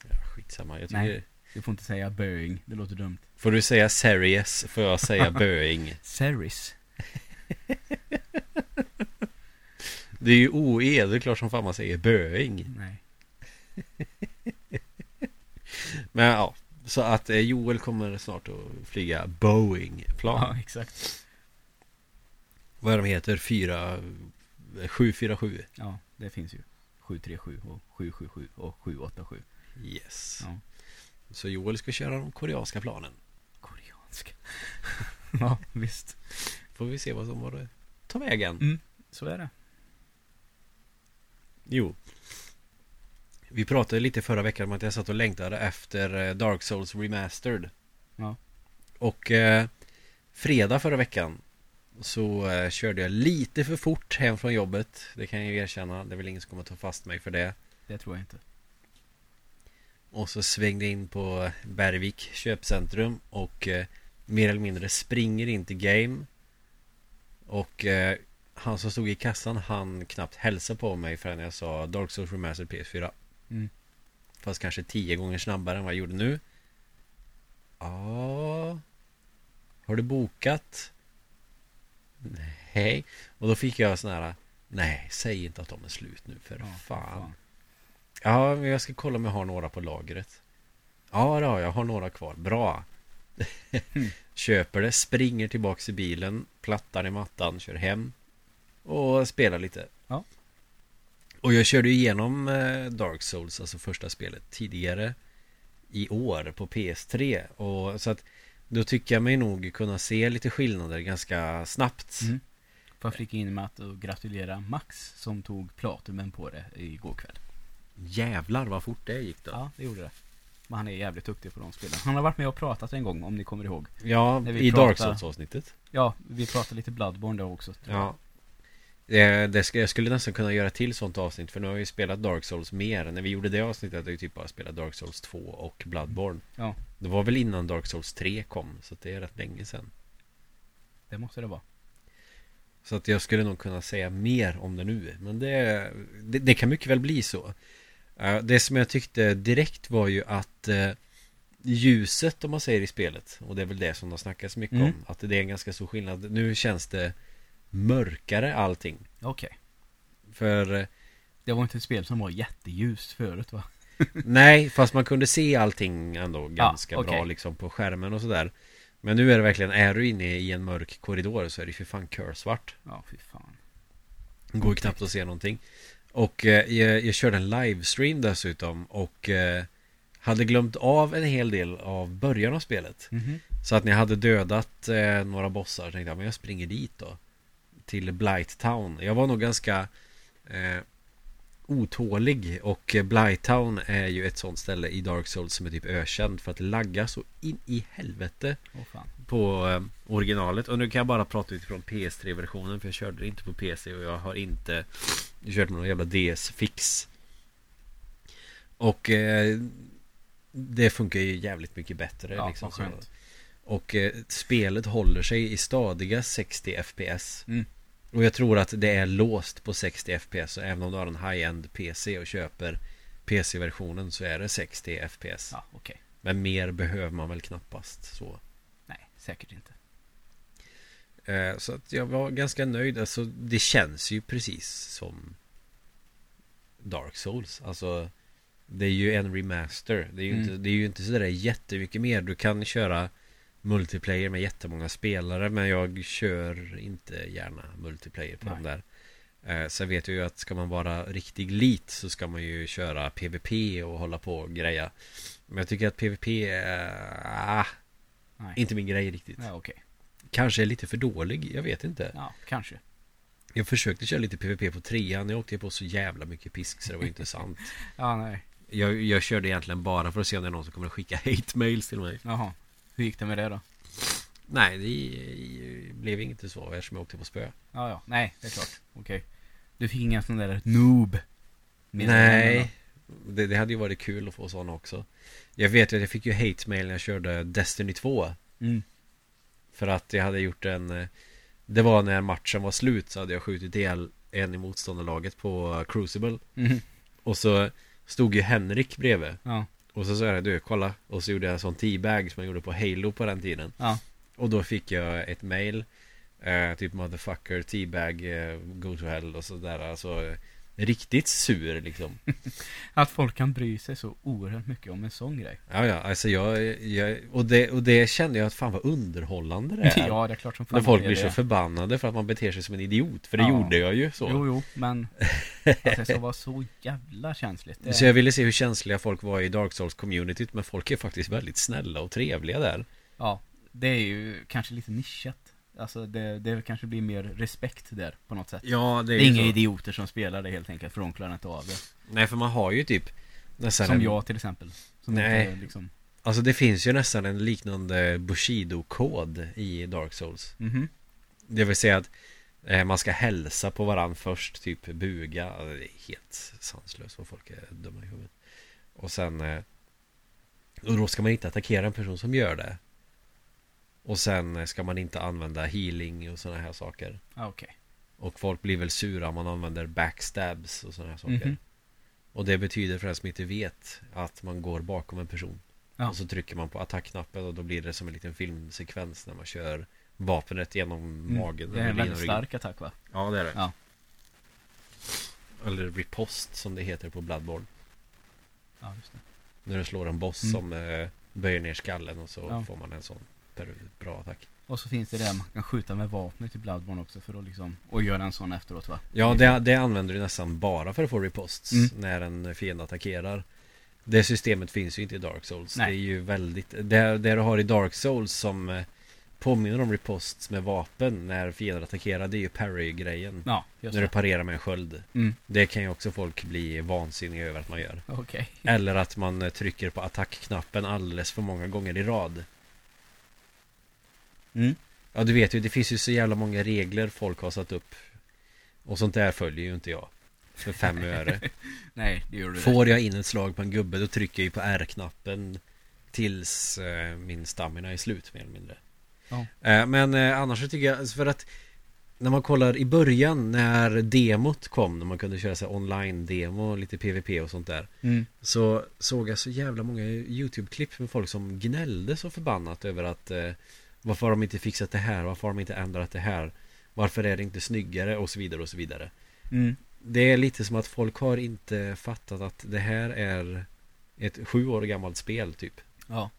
Ja, skitsamma. Jag tycker...
Nej. Du får inte säga Boeing, det låter dumt.
Får du säga Series får jag [laughs] säga Boeing.
Seris.
Det är ju OE, det är klart som fan man säger Boeing.
Nej.
Men ja, så att eh, Joel kommer snart att flyga Boeing-plan.
Ja, exakt.
Vad är de heter? 4... 747.
Ja, det finns ju. 737 och 777 och 787.
Yes.
Ja.
Så Joel ska köra de koreanska planen.
Koreanska. [laughs] ja, visst.
Får vi se vad som var det tar vägen.
Mm. Så är det.
Jo. Vi pratade lite förra veckan om att jag satt och längtade efter eh, Dark Souls Remastered.
Ja.
Och eh, fredag förra veckan så eh, körde jag lite för fort hem från jobbet. Det kan jag ju erkänna. Det är väl ingen som kommer ta fast mig för det.
Det tror jag inte.
Och så svängde jag in på Bergvik köpcentrum och eh, mer eller mindre springer in till game. Och eh, han som stod i kassan han knappt hälsa på mig förrän jag sa Dark Souls Remastered PS4.
Mm.
Fast kanske tio gånger snabbare än vad jag gjorde nu. Ja. Har du bokat? Nej. Och då fick jag sån här. Nej, säg inte att de är slut nu för
Ja,
fan. Ja, men jag ska kolla om jag har några på lagret. Ja, det har jag. Jag har några kvar. Bra. [laughs] Köper det, springer tillbaks i bilen, plattar i mattan, kör hem och spelar lite.
Ja.
Och jag körde ju igenom eh, Dark Souls, alltså första spelet, tidigare i år på PS3. Och så att då tycker jag mig nog kunna se lite skillnader ganska snabbt.
Mm. Får jag flika in med att och gratulera Max som tog Platinum på det igår kväll.
Jävlar vad fort det gick då.
Ja, det gjorde det. Men han är jävligt duktig på de spelen. Han har varit med och pratat en gång om ni kommer ihåg.
Ja,
När vi
i
pratar-
Dark Souls-avsnittet.
Ja, vi pratade lite Bloodborne där också. tror jag.
Ja det, det ska, Jag skulle nästan kunna göra till sånt avsnitt För nu har vi spelat Dark Souls mer När vi gjorde det avsnittet hade vi typ bara spelat Dark Souls 2 och Bloodborne
Ja.
Det var väl innan Dark Souls 3 kom Så att det är rätt länge sedan
Det måste det vara.
Så att jag skulle nog kunna säga mer om det nu Men det, det, det kan mycket väl bli så Eh, Det som jag tyckte direkt var ju att eh, Ljuset om man säger i spelet Och det är väl det som de snackas mycket
Mm.
om Att det är en ganska stor skillnad Nu känns det mörkare allting
Okej.
För eh,
Det var inte ett spel som var jätteljust förut va?
Nej, fast man kunde se allting ändå ganska bra
okej.
liksom på skärmen och sådär Men nu är det verkligen, är du inne i en mörk korridor så är det ju för fan körsvart
Ja, fy fan.
Det går ju knappt att se någonting Och eh, jag, jag körde en livestream dessutom och eh, hade glömt av en hel del av början av spelet
Mhm.
Så att när jag hade dödat eh, några bossar tänkte jag, men jag springer dit då Till Blight Town Jag var nog ganska eh, otålig och eh, Blight Town är ju ett sånt ställe i Dark Souls som är typ ökänd för att lagga så in i helvete
Åh fan.
på eh, originalet Och nu kan jag bara prata utifrån PS3-versionen för jag körde det inte på PC och jag har inte kört med någon jävla DS-fix Och eh, det funkar ju jävligt mycket bättre
Ja,
liksom
vad
så.
skönt.
Och eh, spelet håller sig i stadiga 60 FPS
Mm.
Och jag tror att det är låst på 60 FPS Så även om du har en high-end PC och köper PC-versionen så är det 60 FPS
Ja, okej.
Men mer behöver man väl knappast så
Nej, säkert inte.
Eh, Så att jag var ganska nöjd Alltså det känns ju precis som Dark Souls Alltså Det är ju en remaster Det är ju,
Mm.
inte, det är ju inte sådär jättemycket mer Du kan köra Multiplayer med jättemånga spelare Men jag kör inte gärna Multiplayer på de där Eh, Sen vet jag ju att ska man vara riktig lit Så ska man ju köra PVP och hålla på och greja Men jag tycker att PVP är ah,
Nej.
Inte min grej riktigt
Ja, okej.
Kanske är lite för dålig, jag vet inte
Ja, kanske.
jag försökte köra lite PVP på trean, jag åkte ju på så jävla mycket pisk så det var ju inte sant.
Ja, nej.
[laughs] Jag, jag körde egentligen bara för att se om det är någon som kommer att skicka [laughs] hate mails till mig.
Jaha. Hur gick det med det då?
Nej, det eh, blev inte så eftersom jag åkte på spö.
Ja, ja. Nej, det är klart. Okej. Du fick ingen sån där noob?
Nej, det, det hade ju varit kul att få sådana också. Jag vet ju att jag fick ju hate mail när jag körde Destiny 2.
Mm.
För att jag hade gjort en eh, Det var när matchen var slut så hade jag skjutit ihjäl en i motståndarlaget på eh, Crucible.
Mhm.
Och så stod ju Henrik bredvid.
Ja.
Och så sa jag du, kolla Och så gjorde jag en sån teabag som jag gjorde på Halo på den tiden
Ja.
Och då fick jag ett mail eh, Typ motherfucker, teabag, eh, go to hell och sådär Alltså eh, Riktigt sur liksom
Mm. Att folk kan bry sig så oerhört mycket om en sån grej.
Ja ja, alltså jag, jag och, det, och det kände jag att fan vad
[laughs]
underhållande det är
Ja, det är klart som fan
När folk
det är
blir
det.
så förbannade för att man beter sig som en idiot För det
Ja.
gjorde jag ju så
Jo, jo, men att det ska vara så
[laughs]
jävla känsligt. Det...
Så jag ville se hur känsliga folk var i Dark Souls-communityt Men folk är faktiskt väldigt snälla och trevliga där
Ja, det är ju kanske lite nischat. Alltså det, det kanske blir mer respekt där på något sätt.
Ja,
det är inga idioter som spelar det helt enkelt, för de klarar inte av det.
Nej, för man har ju typ nästan
Som
en-
jag till exempel. Som
Nej.
Inte, liksom...
Alltså det finns ju nästan en liknande Bushido-kod i Dark Souls
Mhm.
Det vill säga att eh, man ska hälsa på varandra först, typ buga Alltså, Det är helt sanslöst vad folk är dumma i huvudet Och sen eh, Och då ska man inte attackera en person som gör det Och sen eh, ska man inte använda healing och sådana här saker
Ah, Okej.
Och folk blir väl sura om man använder backstabs och sådana här saker
Mhm.
Och det betyder för den som inte vet att man går bakom en person
Ja.
Och så trycker man på attackknappen och då blir det som en liten filmsekvens när man kör vapnet genom magen
Mm. Det är en
eller
väldigt
genom ryggen.
stark attack va?
Ja det är det
Ja.
Eller ripost som det heter på Bloodborne
Ja, just det.
När du slår en boss
Mm.
som eh, böjer ner skallen och så
Ja.
får man en sån per- bra attack.
Och så finns det där man kan skjuta med vapnet i Bloodborne också för att liksom, och göra en sån efteråt va?
Ja, det, det använder du nästan bara för att få reposts
Mm.
när en fiende attackerar. Det systemet finns ju inte i Dark Souls.
Nej.
Det är ju väldigt... Det, det du har i Dark Souls som eh, påminner om reposts med vapen när fiender attackerar, det är ju parry-grejen.
Ja, just
När du
det.
parerar med en sköld.
Mm,
Det kan ju också folk bli vansinniga över att man gör.
okej.
Eller att man eh, trycker på attackknappen alldeles för många gånger i rad.
Mm.
Ja du vet ju, det finns ju så jävla många regler folk har satt upp. Och sånt där följer ju inte jag. För fem öre.
Nej, det gör du rätt.
Får jag in ett slag på en gubbe då trycker jag ju på R-knappen. Tills eh, min stamina är slut mer eller mindre.
Ja.
Eh, men eh, annars så tycker jag, alltså för att när man kollar i början när demot kom, när man kunde köra så här online-demo, lite PVP och sånt där.
Mm.
Så såg jag så jävla många YouTube-klipp med folk som gnällde så förbannat över att eh, Varför har de inte fixat det här? Varför har de inte ändrat det här? Varför är det inte snyggare? Och så vidare och så vidare
Mm.
Det är lite som att folk har inte fattat att det här är Ett sju år gammalt spel typ
Ja.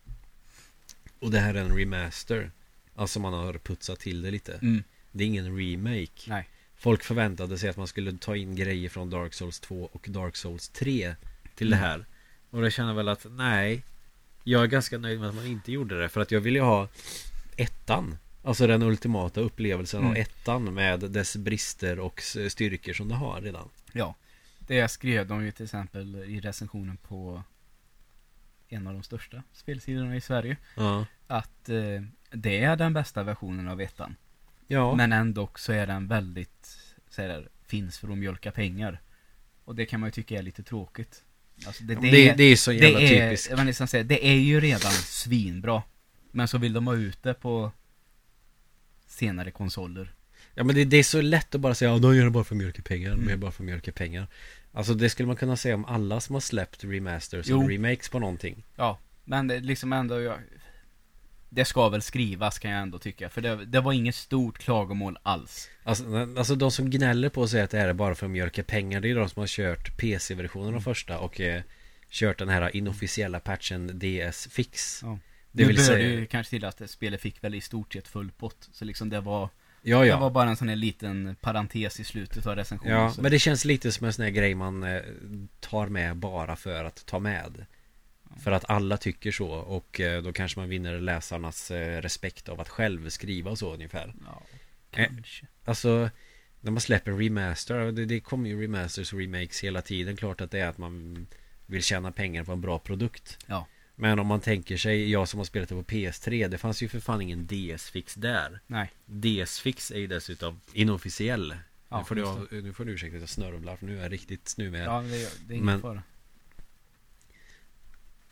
Och det här är en remaster Alltså man har putsat till det lite
Mm.
Det är ingen remake
Nej.
Folk förväntade sig att man skulle ta in grejer från Dark Souls 2 och Dark Souls 3 till
Mm.
det här. Och jag känner väl att nej, jag är ganska nöjd med att man inte gjorde det. För att jag vill ju ha ettan. Alltså den ultimata upplevelsen av
Mm.
ettan med dess brister och s- styrkor som det har redan.
Ja. Det skrev de ju till exempel i recensionen på en av de största spelsidorna i Sverige.
Ja,
Att eh, det är den bästa versionen av ettan.
ja,
Men ändå så är den väldigt, så här, finns för att mjölka pengar. Och det kan man ju tycka är lite tråkigt. Alltså det,
Ja, men
det,
det,
är,
det är så jävla
det är,
typiskt.
vad ni ska säga, det är ju redan svinbra. Men så vill de ha ut det på senare konsoler.
Ja men det, det är så lätt att bara säga att de gör det bara för mjölkepengar, de gör det
Mm.
bara för mjölkepengar. Alltså det skulle man kunna säga om alla som har släppt remasters
Jo.
och remakes på någonting.
Ja, men det, liksom ändå jag, Det ska väl skrivas kan jag ändå tycka, för det, det var inget stort klagomål alls.
Alltså, men- alltså de som gnäller på sig att det här är bara för att mjölka pengar Det är de som har kört PC-versionen
Mm.
av första och eh, kört den här inofficiella patchen DS Fix
Ja.
Det
nu
vill
bör det
säga
ju kanske till att spelet fick väl i stort sett full pott, så liksom det var,
Ja
det var
ja
bara en sån här liten parentes i slutet av recensionen.
Ja,
så.
men det känns lite som en sån här grej man eh, tar med bara för att ta med För att alla tycker så och eh, då kanske man vinner läsarnas eh, respekt av att själv skriva och så ungefär
ja,
Eh.
kanske.
Alltså När man släpper remaster det, det kommer ju remasters och remakes hela tiden Klart att det är att man Vill tjäna pengar på en bra produkt
Ja.
Men om man tänker sig Jag som har spelat det på PS3 Det fanns ju för fan ingen DS-fix där
Nej.
DS-fix är ju dessutom inofficiell
Ja,
nu, får du,
just
ha- nu får du ursäkta att jag snörvlar För nu är jag riktigt snuvig här
Ja, det, det är ingen
Men-
fara.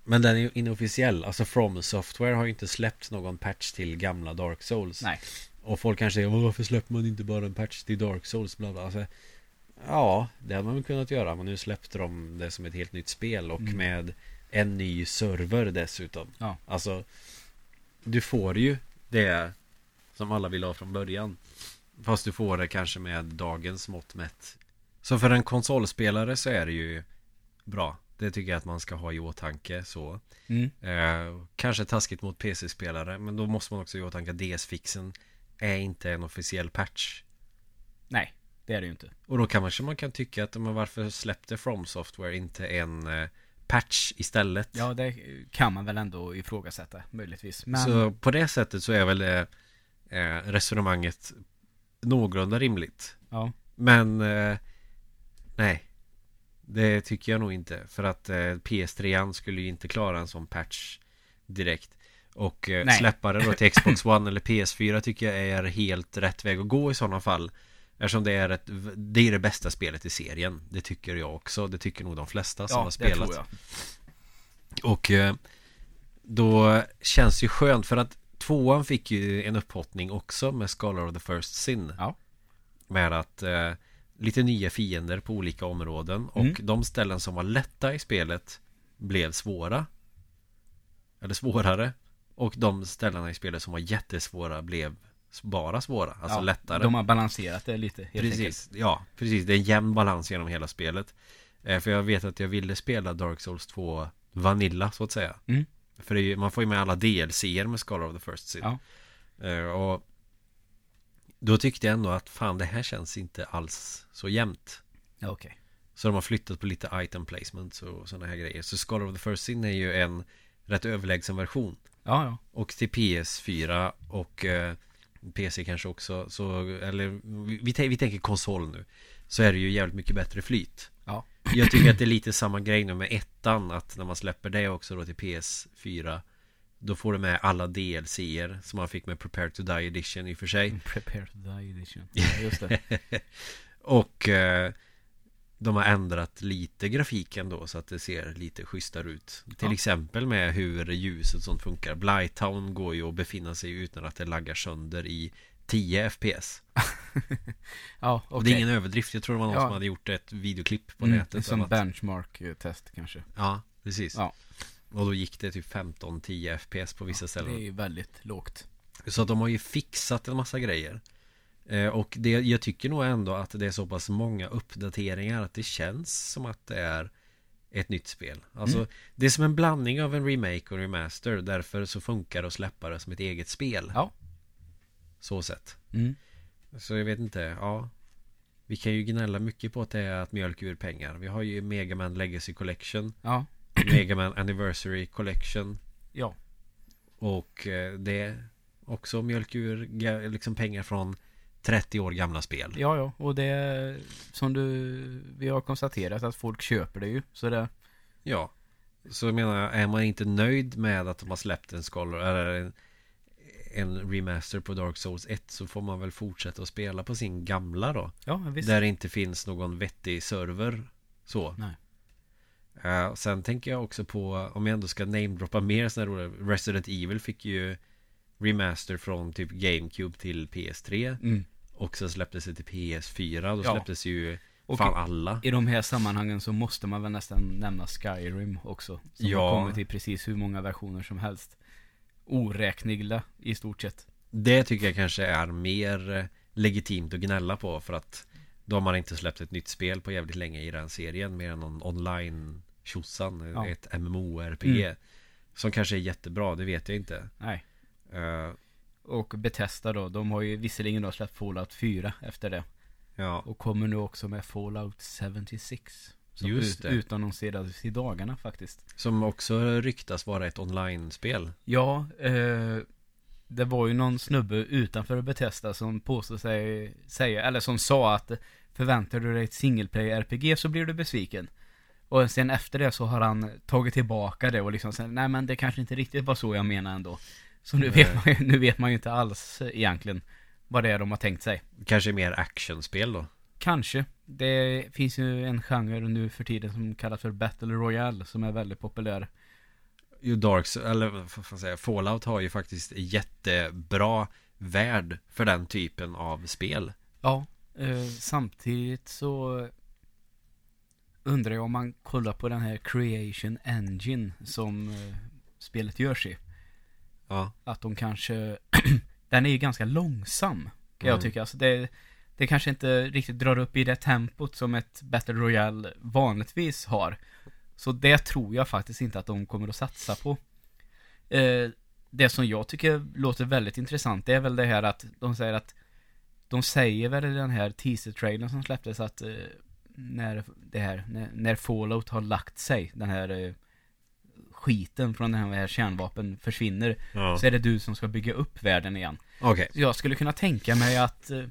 Men den är ju inofficiell Alltså From Software har ju inte släppt någon patch till gamla Dark Souls
Nej.
Och folk kanske säger "Åh, varför släpper man inte bara en patch till Dark Souls bla bla alltså, Ja, det hade man väl kunnat göra men nu släppte de det som ett helt nytt spel och
Mm.
med en ny server dessutom
Ja.
Alltså Du får ju det som alla vill ha från början Fast du får det kanske med dagens mått mätt Så för en konsolspelare så är det ju bra Det tycker jag att man ska ha i åtanke så
Mm.
Eh, kanske taskigt mot PC-spelare men då måste man också ha i åtanke att DS-fixen är inte en officiell patch.
Nej, det är det ju inte.
Och då kanske man kan tycka att men varför släppte From Software inte en eh, patch istället?
Ja, det kan man väl ändå ifrågasätta, möjligtvis. Men,
Så på det sättet så är väl eh, eh, resonemanget någorlunda rimligt.
ja.
Men eh, nej, det tycker jag nog inte. För att eh, PS3 skulle ju inte klara en sån patch direkt. Och eh,
Nej.
släppa den då till
[laughs]
Xbox One eller PS4 tycker jag är helt rätt väg att gå i sådana fall. Eftersom det är, ett, det är det bästa spelet i serien. Det tycker jag också. Det tycker nog de flesta som
ja,
har
det
Alltså, spelat.
tror jag.
Och eh, då känns det ju skönt för att tvåan fick ju en upphottning också med Scholar of the First Sin.
Ja.
Med att eh, lite nya fiender på olika områden och
Mm.
de ställen som var lätta i spelet blev svåra. Eller svårare. Och de ställena i spelet som var jättesvåra blev bara svåra, alltså
ja,
lättare.
De har balanserat det lite, helt enkelt.
Precis, ja precis. Det är en jämn balans genom hela spelet Eh, För jag vet att jag ville spela Dark Souls 2 Vanilla så att säga.
Mm.
För det är ju, man får ju med alla DLC-er med Scholar of the First Sin.
Ja.
Eh, Och då tyckte jag ändå att fan det här känns inte alls så jämnt.
Ja, okej.
Så de har flyttat på lite item placements och sådana här grejer. Så Scholar of the First Sin är ju en rätt överlägsen version.
Ja, ja.
Och till PS4 och eh, PC kanske också. Så, eller vi, vi, tän- vi tänker konsol nu. Så är det ju jävligt mycket bättre flyt.
Ja.
Jag tycker att det är lite samma grej nu med ettan. Att när man släpper det också då till PS4. Då får du med alla DLC-er som man fick med Prepare to Die Edition i och för sig.
Prepare to die edition. Ja, just [laughs] det.
Och eh, de har ändrat lite grafiken då så att det ser lite schysstare ut. Till
Ja.
exempel med hur ljuset och sånt funkar. Blighttown går ju att befinna sig utan att det laggar sönder i 10 FPS.
Ja,
Och det är
okej.
ingen överdrift. Jag tror det var någon
Ja.
som hade gjort ett videoklipp på
Mm,
nätet.
som
om att-
benchmark-test kanske.
Ja, precis.
Ja.
Och då gick det typ 15-10 FPS på vissa
Det
ställen.
är ju väldigt lågt.
Så att de har ju fixat en massa grejer. Eh, och det, jag tycker nog ändå att det är så pass många uppdateringar att det känns som att det är ett nytt spel. Alltså, det är som en blandning av en remake och en remaster. Därför så funkar det att släppa det som ett eget spel.
Ja.
Så sett.
Mm.
Så jag vet inte, ja. Vi kan ju gnälla mycket på att det är att mjölk ur pengar. Vi har ju Mega Man Legacy Collection,
Ja.
Mega Man Anniversary Collection
Ja.
och eh, det är också mjölk ur ga- liksom pengar från 30 år gamla spel.
Ja, ja. Och det är som du, vi har konstaterat att folk köper det ju. Så det,
Ja. Så jag menar, är man inte nöjd med att de har släppt en scholar eller en, en remaster på Dark Souls 1 så får man väl fortsätta att spela på sin gamla då.
ja visst.
Där det inte finns någon vettig server. Så.
Nej.
Eh, och sen tänker jag också på, om jag ändå ska namedroppa mer sådana här roliga, Resident Evil fick ju remaster från typ GameCube till PS3.
Mm.
Och sen släpptes det till PS4. Då
Ja.
släpptes ju
Och-
fan alla.
I de här sammanhangen så måste man väl nästan nämna Skyrim också. Som
Ja.
har kommit i precis hur många versioner som helst. Oräkneliga i stort sett.
Det tycker jag kanske är mer eh, legitimt att gnälla på för att då har man inte släppt ett nytt spel på jävligt länge i den serien mer än någon online tjosan,
Ja.
ett MMORPG Som kanske är jättebra, det vet jag inte
Nej.
Eh,
Och Bethesda då, de har ju visserligen då släppt Fallout 4 efter det.
Ja,
Och kommer nu också med Fallout 76. Som
Just
ut-
det.
utannonserades i dagarna faktiskt.
som också ryktas vara ett online-spel
Ja, eh, det var ju någon snubbe utanför Bethesda som påstod sig säga, eller som sa att förväntar du dig ett single player RPG så blir du besviken. Och sen efter det så har han tagit tillbaka det och liksom sagt, nej men det kanske inte riktigt var så jag menade ändå. Så nu vet,
Nej.
man ju, nu vet man ju inte alls egentligen vad det är de har tänkt sig.
Kanske mer actionspel då
Kanske. Det finns ju en genre nu för tiden som kallas för Battle Royale som är väldigt populär.
Jo, Darks, eller vad fan ska jag säga, Fallout har ju faktiskt jättebra värld för den typen av spel
Ja. Eh, samtidigt så undrar jag om man kollar på den här Creation Engine som eh, spelet görs i.
Ja,
Att de kanske... [clears throat] den är ju ganska långsam. Kan jag
Mm.
tycka. Alltså det, det kanske inte riktigt drar upp i det tempot som ett Battle Royale vanligtvis har. Så det tror jag faktiskt inte att de kommer att satsa på. Eh, det som jag tycker låter väldigt intressant det är väl det här att de säger att de säger väl i den här teaser-trailern som släpptes att eh, när det här, när, när Fallout har lagt sig, den här eh, skiten från den här kärnvapen försvinner,
ja.
så är det du som ska bygga upp världen igen.
okej
Jag skulle kunna tänka mig att eh,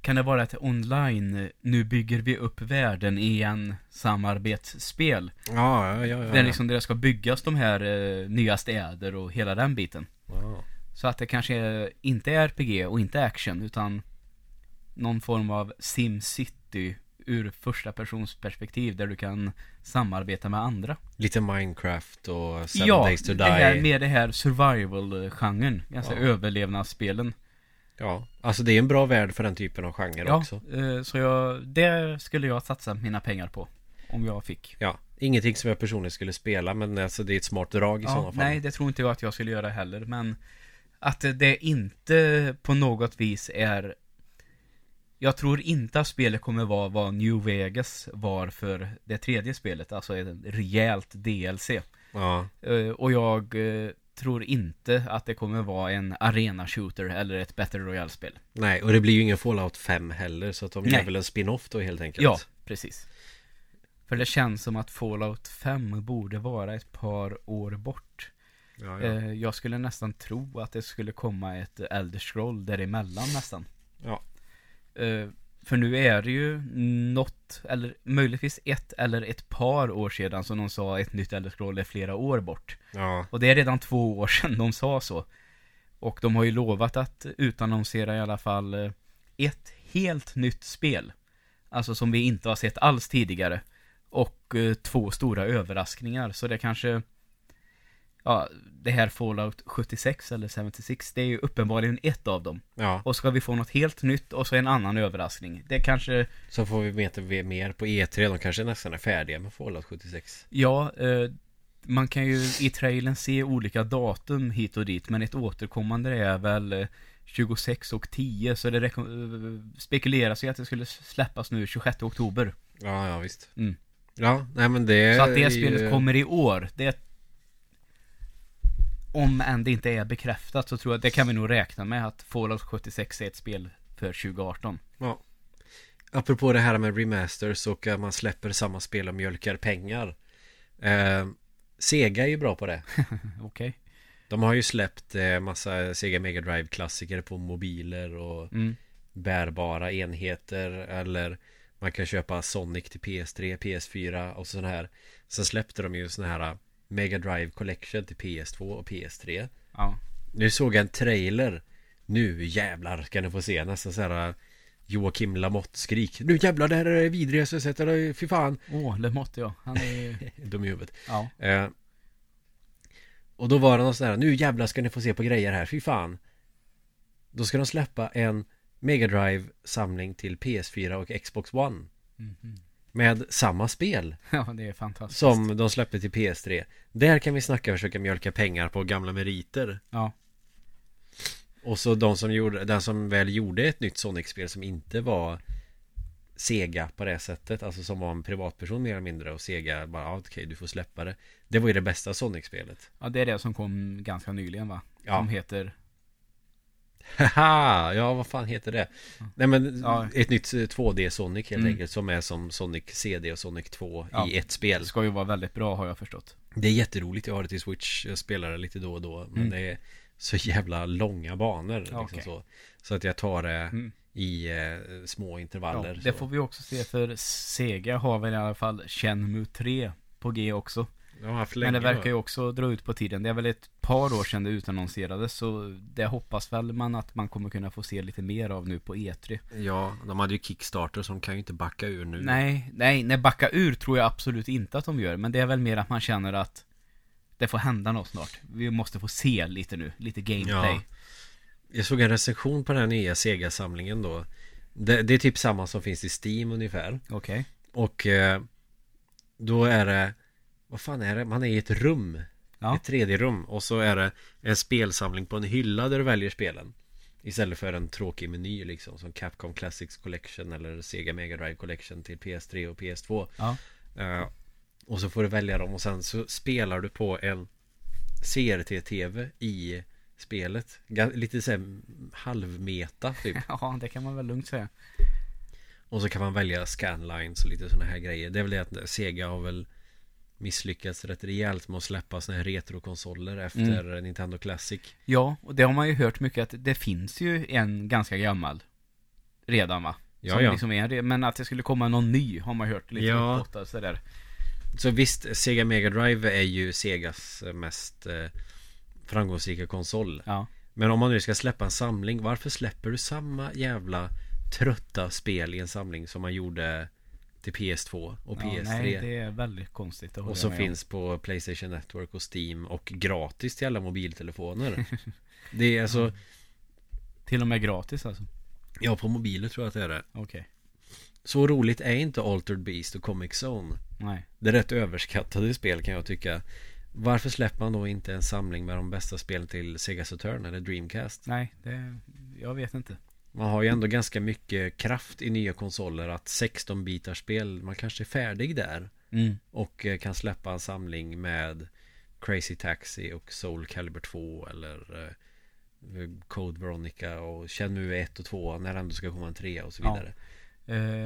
Kan det vara ett online eh, Nu bygger vi upp världen igen Samarbetsspel
ja, ja, ja, ja.
Det är liksom där det ska byggas de här eh, Nya städer och hela den biten
Ja.
Så att det kanske är, inte är RPG och inte action utan Någon form av SimCity Ur första persons perspektiv där du kan Samarbeta med andra
Lite Minecraft och Seven Days to Die.
det här, med det här survival-genren Alltså
Ja.
överlevnadsspelen
Ja, alltså det är en bra värld för den typen av genre också.
eh, så jag, det skulle jag satsa mina pengar på. Om jag fick.
Ja, ingenting som jag personligen skulle spela men alltså det är ett smart drag i sådana fall.
nej, det tror inte jag att jag skulle göra heller, men att det inte på något vis är Jag tror inte att spelet kommer vara vad New Vegas var för det tredje spelet, alltså ett rejält DLC.
Ja.
Eh, Och jag eh, tror inte att det kommer vara en arena shooter eller ett battle royale spel
Nej, och det blir ju ingen Fallout 5 heller så att de gör
Nej.
väl en spin-off då helt enkelt.
Ja, precis. För det känns som att Fallout 5 borde vara ett par år bort.
Ja, ja.
Eh, Jag skulle nästan tro att det skulle komma ett Elder Scroll däremellan nästan.
Ja.
Eh, För nu är det ju något, eller möjligtvis ett eller ett par år sedan som de sa ett nytt Elder Scroll är flera år bort.
ja.
Och det är redan två år sedan de sa så. Och de har ju lovat att utannonsera i alla fall eh, ett helt nytt spel. Alltså som vi inte har sett alls tidigare. Och eh, två stora överraskningar. Så det kanske... Ja, det här Fallout 76 eller 76, det är ju uppenbarligen ett av dem.
ja.
Och ska vi få något helt nytt och så en annan överraskning. Det kanske...
Så får vi veta vi- mer på E3. De kanske nästan är färdiga med Fallout 76.
Ja, eh, man kan ju i trailern se olika datum hit och dit, men ett återkommande är väl eh, 26 och 10, så det rekom- eh, spekuleras ju att det skulle släppas nu 26 oktober.
Ja, ja visst.
Mm.
Ja, nej men det...
Så att
är
det
ju-
spelet kommer i år, det... Om än det inte är bekräftat så tror jag, det kan vi nog räkna med att Fallout 76 är ett spel för 2018.
Ja. Apropå det här med remasters och att man släpper samma spel och mjölkar pengar. Eh, Sega är ju bra på det.
Okej?
De har ju släppt eh, massa Sega Mega Drive klassiker på mobiler och
Mm.
bärbara enheter eller man kan köpa Sonic till PS3, PS4 och sån här. Sen släppte de ju sån här Mega Drive Collection till PS2 och PS3.
Ja.
Nu såg jag en trailer. Nu jävlar ska ni få se nästan så här äh, Joakim Lamotte-skrik. Nu jävlar det här är det vidriga så jag sätter dig, fy fan. [laughs]
Åh, Lemotte ja. Han är ju...
Dum i huvudet.
Ja. [laughs]
Eh, och då var det någon sån här, nu jävlar ska ni få se på grejer här, fy fan. Då ska de släppa en Mega Drive samling till PS4 och Xbox One.
Mhm.
Med samma spel
Ja, det är fantastiskt.
som de släppte till PS3. Där kan vi snacka och försöka mjölka pengar på gamla meriter.
Ja.
Och så de som gjorde, den som väl gjorde ett nytt Sonic-spel som inte var Sega på det sättet, alltså som var en privatperson mer eller mindre och Sega bara ah, okej du får släppa det. Det var ju det bästa Sonic-spelet.
Ja, det är det som kom ganska nyligen va?
Ja.
Som heter...
Haha, ja vad fan heter det? Nej men
Ja.
ett nytt eh, 2D Sonic helt
Mm.
enkelt som är som Sonic CD och Sonic 2
Ja.
i ett spel.
Ska ju vara väldigt bra har jag förstått.
Det är jätteroligt, jag har det till Switch, jag spelar det lite då och då. Men
Mm.
det är så jävla långa banor. Liksom
Okej.
så. så att jag tar det
Mm.
i eh, små
Ja,
intervaller.
det
så.
får vi också se för Sega har väl i alla fall Shenmue 3 på G också.
Ja, för
Men det
länge då.
verkar ju också dra ut på tiden. Det är väl ett par år sedan det utannonserades så det hoppas väl man att man kommer kunna få se lite mer av nu på E E3.
Ja, de hade ju Kickstarter som kan ju inte backa ur nu.
Nej, nej, nej backa ur tror jag absolut inte att de gör. Men det är väl mer att man känner att det får hända något snart. Vi måste få se lite nu, lite gameplay.
Ja. Jag såg en recension på den här nya Sega-samlingen då. Det, det är typ samma som finns i Steam ungefär.
Okej.
Och eh, då är det, vad fan är det? Man är i ett rum.
Ja.
Ett 3D-rum. Och så är det en spelsamling på en hylla där du väljer spelen. Istället för en tråkig meny liksom som Capcom Classics Collection eller Sega Mega Drive Collection till PS3 och PS2.
Ja. [laughs]
Eh, och så får du välja dem och sen så spelar du på en CRT-TV i spelet. Ga- Lite såhär halvmeta typ.
ja, det kan man väl lugnt säga.
Och så kan man välja scanlines och lite sådana här grejer. Det är väl det att Sega har väl misslyckats rätt rejält med att släppa sådana här retrokonsoler efter Nintendo Classic.
Ja, och det har man ju hört mycket att det finns ju en ganska gammal redan va?
Ja,
Som
ja.
Liksom är, en- men att det skulle komma någon ny har man hört lite
Ja.
uppåt och sådär.
Så visst, Sega Mega Drive är ju Segas mest eh, framgångsrika konsol.
Ja.
Men om man nu ska släppa en samling, varför släpper du samma jävla trötta spel i en samling som man gjorde till PS2 och PS3?
ja. Nej, det är väldigt konstigt. det håller
Och som
jag med om.
finns på Playstation Network och Steam och gratis till alla mobiltelefoner. det är
[laughs]
alltså,
Till och med gratis alltså.
ja på mobiler tror jag att det är det.
Okej.
Så roligt är inte Altered Beast och Comic Zone.
Nej.
Det är rätt överskattade spel kan jag tycka. Varför släpper man då inte en samling med de bästa spelen till Sega Saturn eller Dreamcast?
Nej, det... Jag vet inte.
Man har ju ändå ganska mycket kraft i nya konsoler att 16-bitars spel, man kanske är färdig där
Mm.
och eh, kan släppa en samling med Crazy Taxi och Soul Calibur 2 eller eh, Code Veronica och Shenmue 1 och 2 när det ändå ska komma en 3 och så
Ja.
vidare.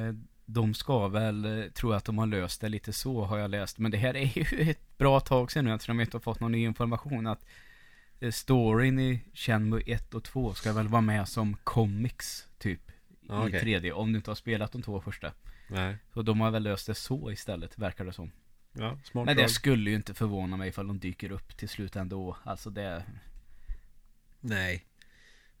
Eh, de ska väl, eh, tror jag att de har löst det lite så har jag läst. Men det här är [laughs] ju ett bra tag sedan nu eftersom de inte har fått någon ny information. Att eh, storyn i Shenmue 1 och 2 ska väl vara med som comics typ.
Ja, Ah, okej.
I 3D, om du inte har spelat de två första.
Nej,
Så de har väl löst det så istället, verkar det som.
ja, smart
Men det
drag.
skulle ju inte förvåna mig ifall de dyker upp till slut ändå. Alltså det,
Nej,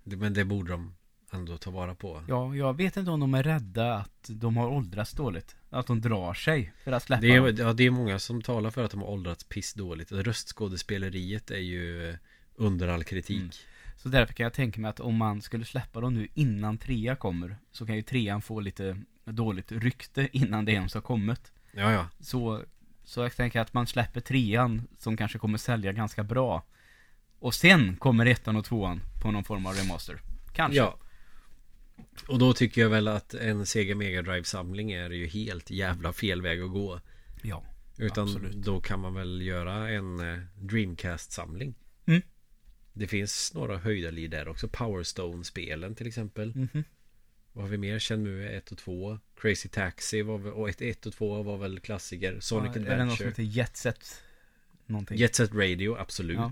Det- men det borde de ändå ta vara på.
ja, jag vet inte om de är rädda att de har åldrats dåligt. Att de drar sig för att släppa
Det
dem.
är, ja, det är många som talar för att de har åldrats pissdåligt. Röstskådespeleriet är ju eh, under all kritik.
Mm. Så därför kan jag tänka mig att om man skulle släppa dem nu innan trea kommer så kan ju trean få lite dåligt rykte innan det ens har kommit.
Ja, ja.
Så, så jag tänker att man släpper trean som kanske kommer sälja ganska bra. Och sen kommer ettan och tvåan på någon form av remaster. Kanske.
ja. Och då tycker jag väl att en Sega Mega Drive-samling är ju helt jävla fel väg att gå.
ja.
Utan
Absolut.
då kan man väl göra en eh, Dreamcast-samling.
Mm.
Det finns några höjdarlir där också. Powerstone-spelen till exempel.
Mhm.
Vad har vi mer? Shenmue 1 och 2. Crazy Taxi var väl, och 1, 1 och 2 var väl klassiker. Sonic
Ja, Eller något som
Adventure.
heter Jet Set någonting.
Jet Set Radio, absolut.
Ja.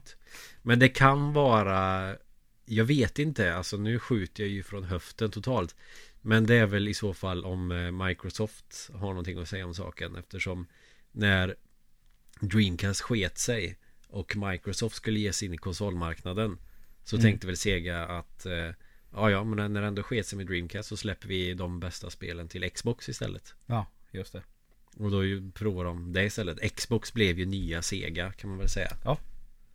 Men det kan vara Jag vet inte, alltså nu skjuter jag ju från höften totalt Men det är väl i så fall om eh, Microsoft har någonting att säga om saken eftersom När Dreamcast sket sig och Microsoft skulle ge sig in i konsolmarknaden Så
Mm.
tänkte väl Sega att eh, Ja, ja, men när det ändå sket sig med Dreamcast så släpper vi de bästa spelen till Xbox istället
Ja, just det.
Och då ju provar de det istället Xbox blev ju nya Sega kan man väl säga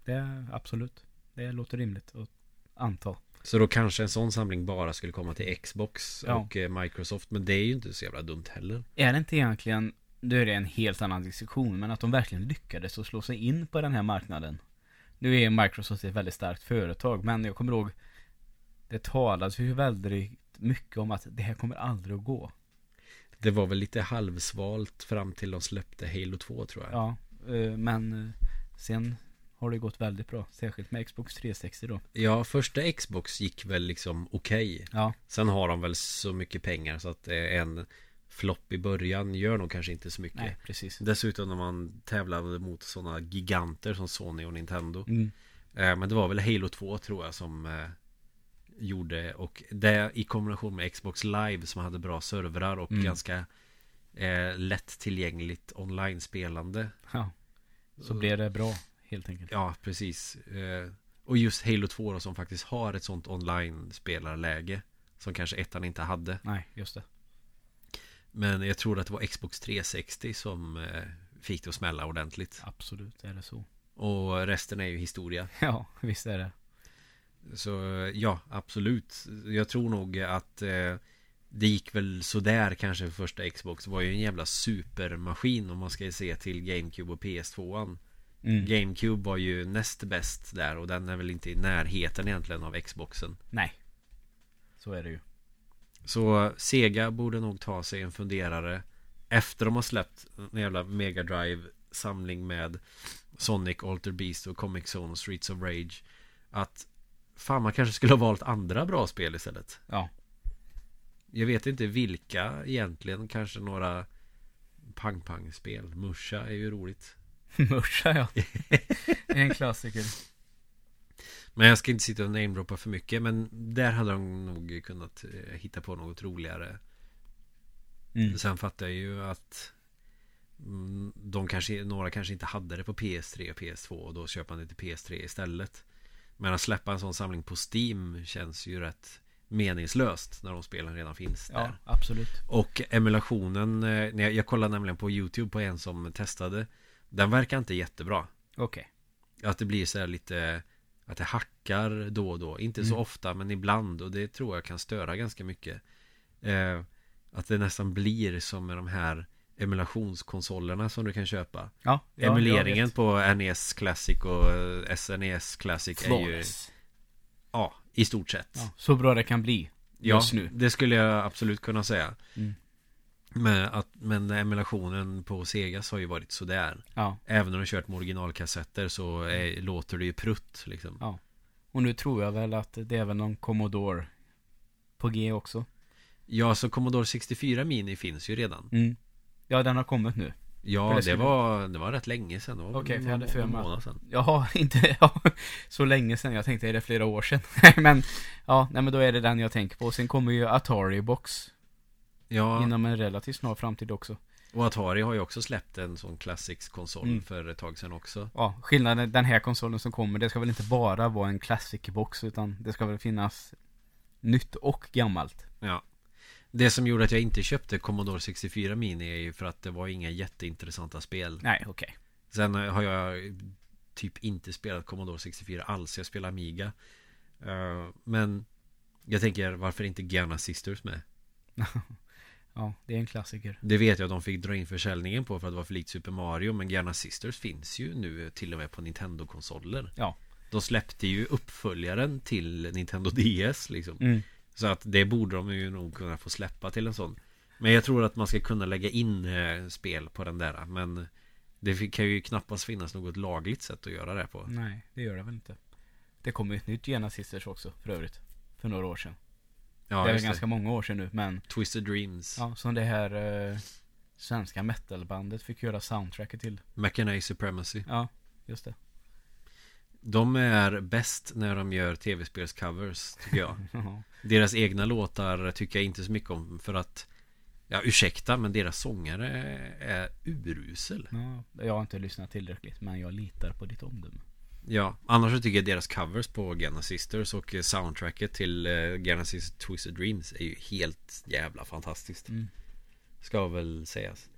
Det är absolut. Det låter rimligt att anta.
Så då kanske en sån samling bara skulle komma till Xbox
Ja.
och eh, Microsoft Men det är ju inte så jävla dumt heller
Är det inte egentligen, nu är det en helt annan diskussion, men att de verkligen lyckades att slå sig in på den här marknaden. Nu är Microsoft ett väldigt starkt företag, men jag kommer ihåg, det talas ju väldigt mycket om att det här kommer aldrig att gå.
Det var väl lite halvsvalt fram till de släppte Halo 2 tror jag
Ja, eh, men eh, sen har det gått väldigt bra, särskilt med Xbox 360 då.
Ja, första Xbox gick väl liksom okej
Ja,
Sen har de väl så mycket pengar så att eh, en flopp i början gör nog kanske inte så mycket
nej, precis.
Dessutom när man tävlade mot sådana giganter som Sony och Nintendo
Mm.
Eh, Men det var väl Halo 2 tror jag som eh, gjorde och det i kombination med Xbox Live som hade bra servrar och
Mm.
ganska eh, lättillgängligt online-spelande.
Ja, så blev det bra, helt enkelt.
Ja, precis. Eh, och just Halo 2 då, som faktiskt har ett sånt online-spelarläge som kanske ettan inte hade.
Nej, just det.
Men jag tror att det var Xbox 360 som eh, fick det att smälla ordentligt.
Absolut är det så.
Och resten är ju historia.
Ja, visst är det.
Så eh, ja, absolut. Jag tror nog att eh, det gick väl sådär kanske för första Xbox. Det var ju en jävla supermaskin om man ska se till GameCube och PS2.
Mm.
GameCube var ju näst bäst där och den är väl inte i närheten egentligen av Xboxen.
Nej. Så är det ju.
Så eh, Sega borde nog ta sig en funderare efter de har släppt en jävla Mega Drive samling med Sonic, Alter Beast och Comic Zone och Streets of Rage. Att fan man kanske skulle ha valt andra bra spel istället.
Ja.
Jag vet inte vilka egentligen. Kanske några pang-pang-spel. Musha är ju roligt.
[laughs] Mörsa ja. Det är en klassiker.
Men jag ska inte sitta och namedroppa för mycket. Men där hade de nog kunnat eh, hitta på något roligare.
Mm.
Sen fattar jag ju att mm, de kanske, några kanske inte hade det på PS3 och PS2 och då köper man det till PS3 istället. Men att släppa en sån samling på Steam känns ju rätt meningslöst när de spelen redan finns där.
Ja, absolut.
Och emulationen, eh, när jag, jag kollade nämligen på YouTube på en som testade Den verkar inte jättebra
Okej.
Att det blir så här lite Att det hackar då och då Inte så
Mm.
ofta men ibland och det tror jag kan störa ganska mycket eh, Att det nästan blir som med de här Emulationskonsolerna som du kan köpa
Ja, ja, jag
Emuleringen
vet.
på NES Classic och eh, SNES Classic är ju
Flawless.
Ja, i stort sett
Ja, så bra det kan bli. just nu.
det skulle jag absolut kunna säga.
Mm.
Men, att, men emulationen på Segas har ju varit sådär.
Ja.
Även om de kört med originalkassetter så är, låter det ju prutt liksom.
Ja. Och nu tror jag väl att det är väl någon Commodore på G också.
Ja, så Commodore 64 Mini finns ju redan.
Mm. Ja, den har kommit nu. För
Ja,
det
det,
skulle-
var, det var rätt länge sedan. Det var
Okej, för jag hade
någon-
för mig
någon
att-
månad sedan.
Jaha, inte ja, [laughs] så länge sedan. Jag tänkte, är det flera år sedan? [laughs] Nej, men ja, nej, men då är det den jag tänker på. Och sen kommer ju Atari Box
Ja,
inom en relativt snar framtid också.
och Atari har ju också släppt en sån Classics-konsol
Mm.
för ett tag sedan också.
Ja, skillnaden, den här konsolen som kommer, det ska väl inte bara vara en classic box utan det ska väl finnas nytt och gammalt.
Ja. Det som gjorde att jag inte köpte Commodore 64 Mini är ju för att det var inga jätteintressanta spel.
Nej, okej.
Sen har jag typ inte spelat Commodore 64 alls. Jag spelar Amiga. Eh, men jag tänker varför inte Gana Sisters med?
Ja, det är en klassiker.
Det vet jag att de fick dra in försäljningen på för att det var för lite Super Mario. Men Gana Sisters finns ju nu till och med på Nintendo-konsoler.
Ja.
De släppte ju uppföljaren till Nintendo DS liksom.
Mm.
Så att det borde de ju nog kunna få släppa till en sån Men jag tror att man ska kunna lägga in eh, spel på den där Men det fi- kan ju knappast finnas något lagligt sätt att göra det på
Nej, det gör det väl inte. Det kommer ju ett nytt Gena Sisters också, för övrigt. För några år sedan.
Ja,
det är
just
väl
det.
ganska många år sedan nu, men
Twisted Dreams
ja, som det här eh, svenska metalbandet fick göra soundtracket till.
McKinney Supremacy
Ja, just det.
De är bäst när de gör tv-spelscovers tycker jag
[laughs] Ja.
Deras egna låtar tycker jag inte så mycket om för att Ja ursäkta men deras sångare är urusel
Ja, jag har inte lyssnat tillräckligt, men jag litar på ditt omdöme.
Ja, annars så tycker jag deras covers på Gana Sisters och eh, soundtracket till eh, Gana Sisters Twisted Dreams är ju helt jävla fantastiskt.
Mm.
Ska väl sägas.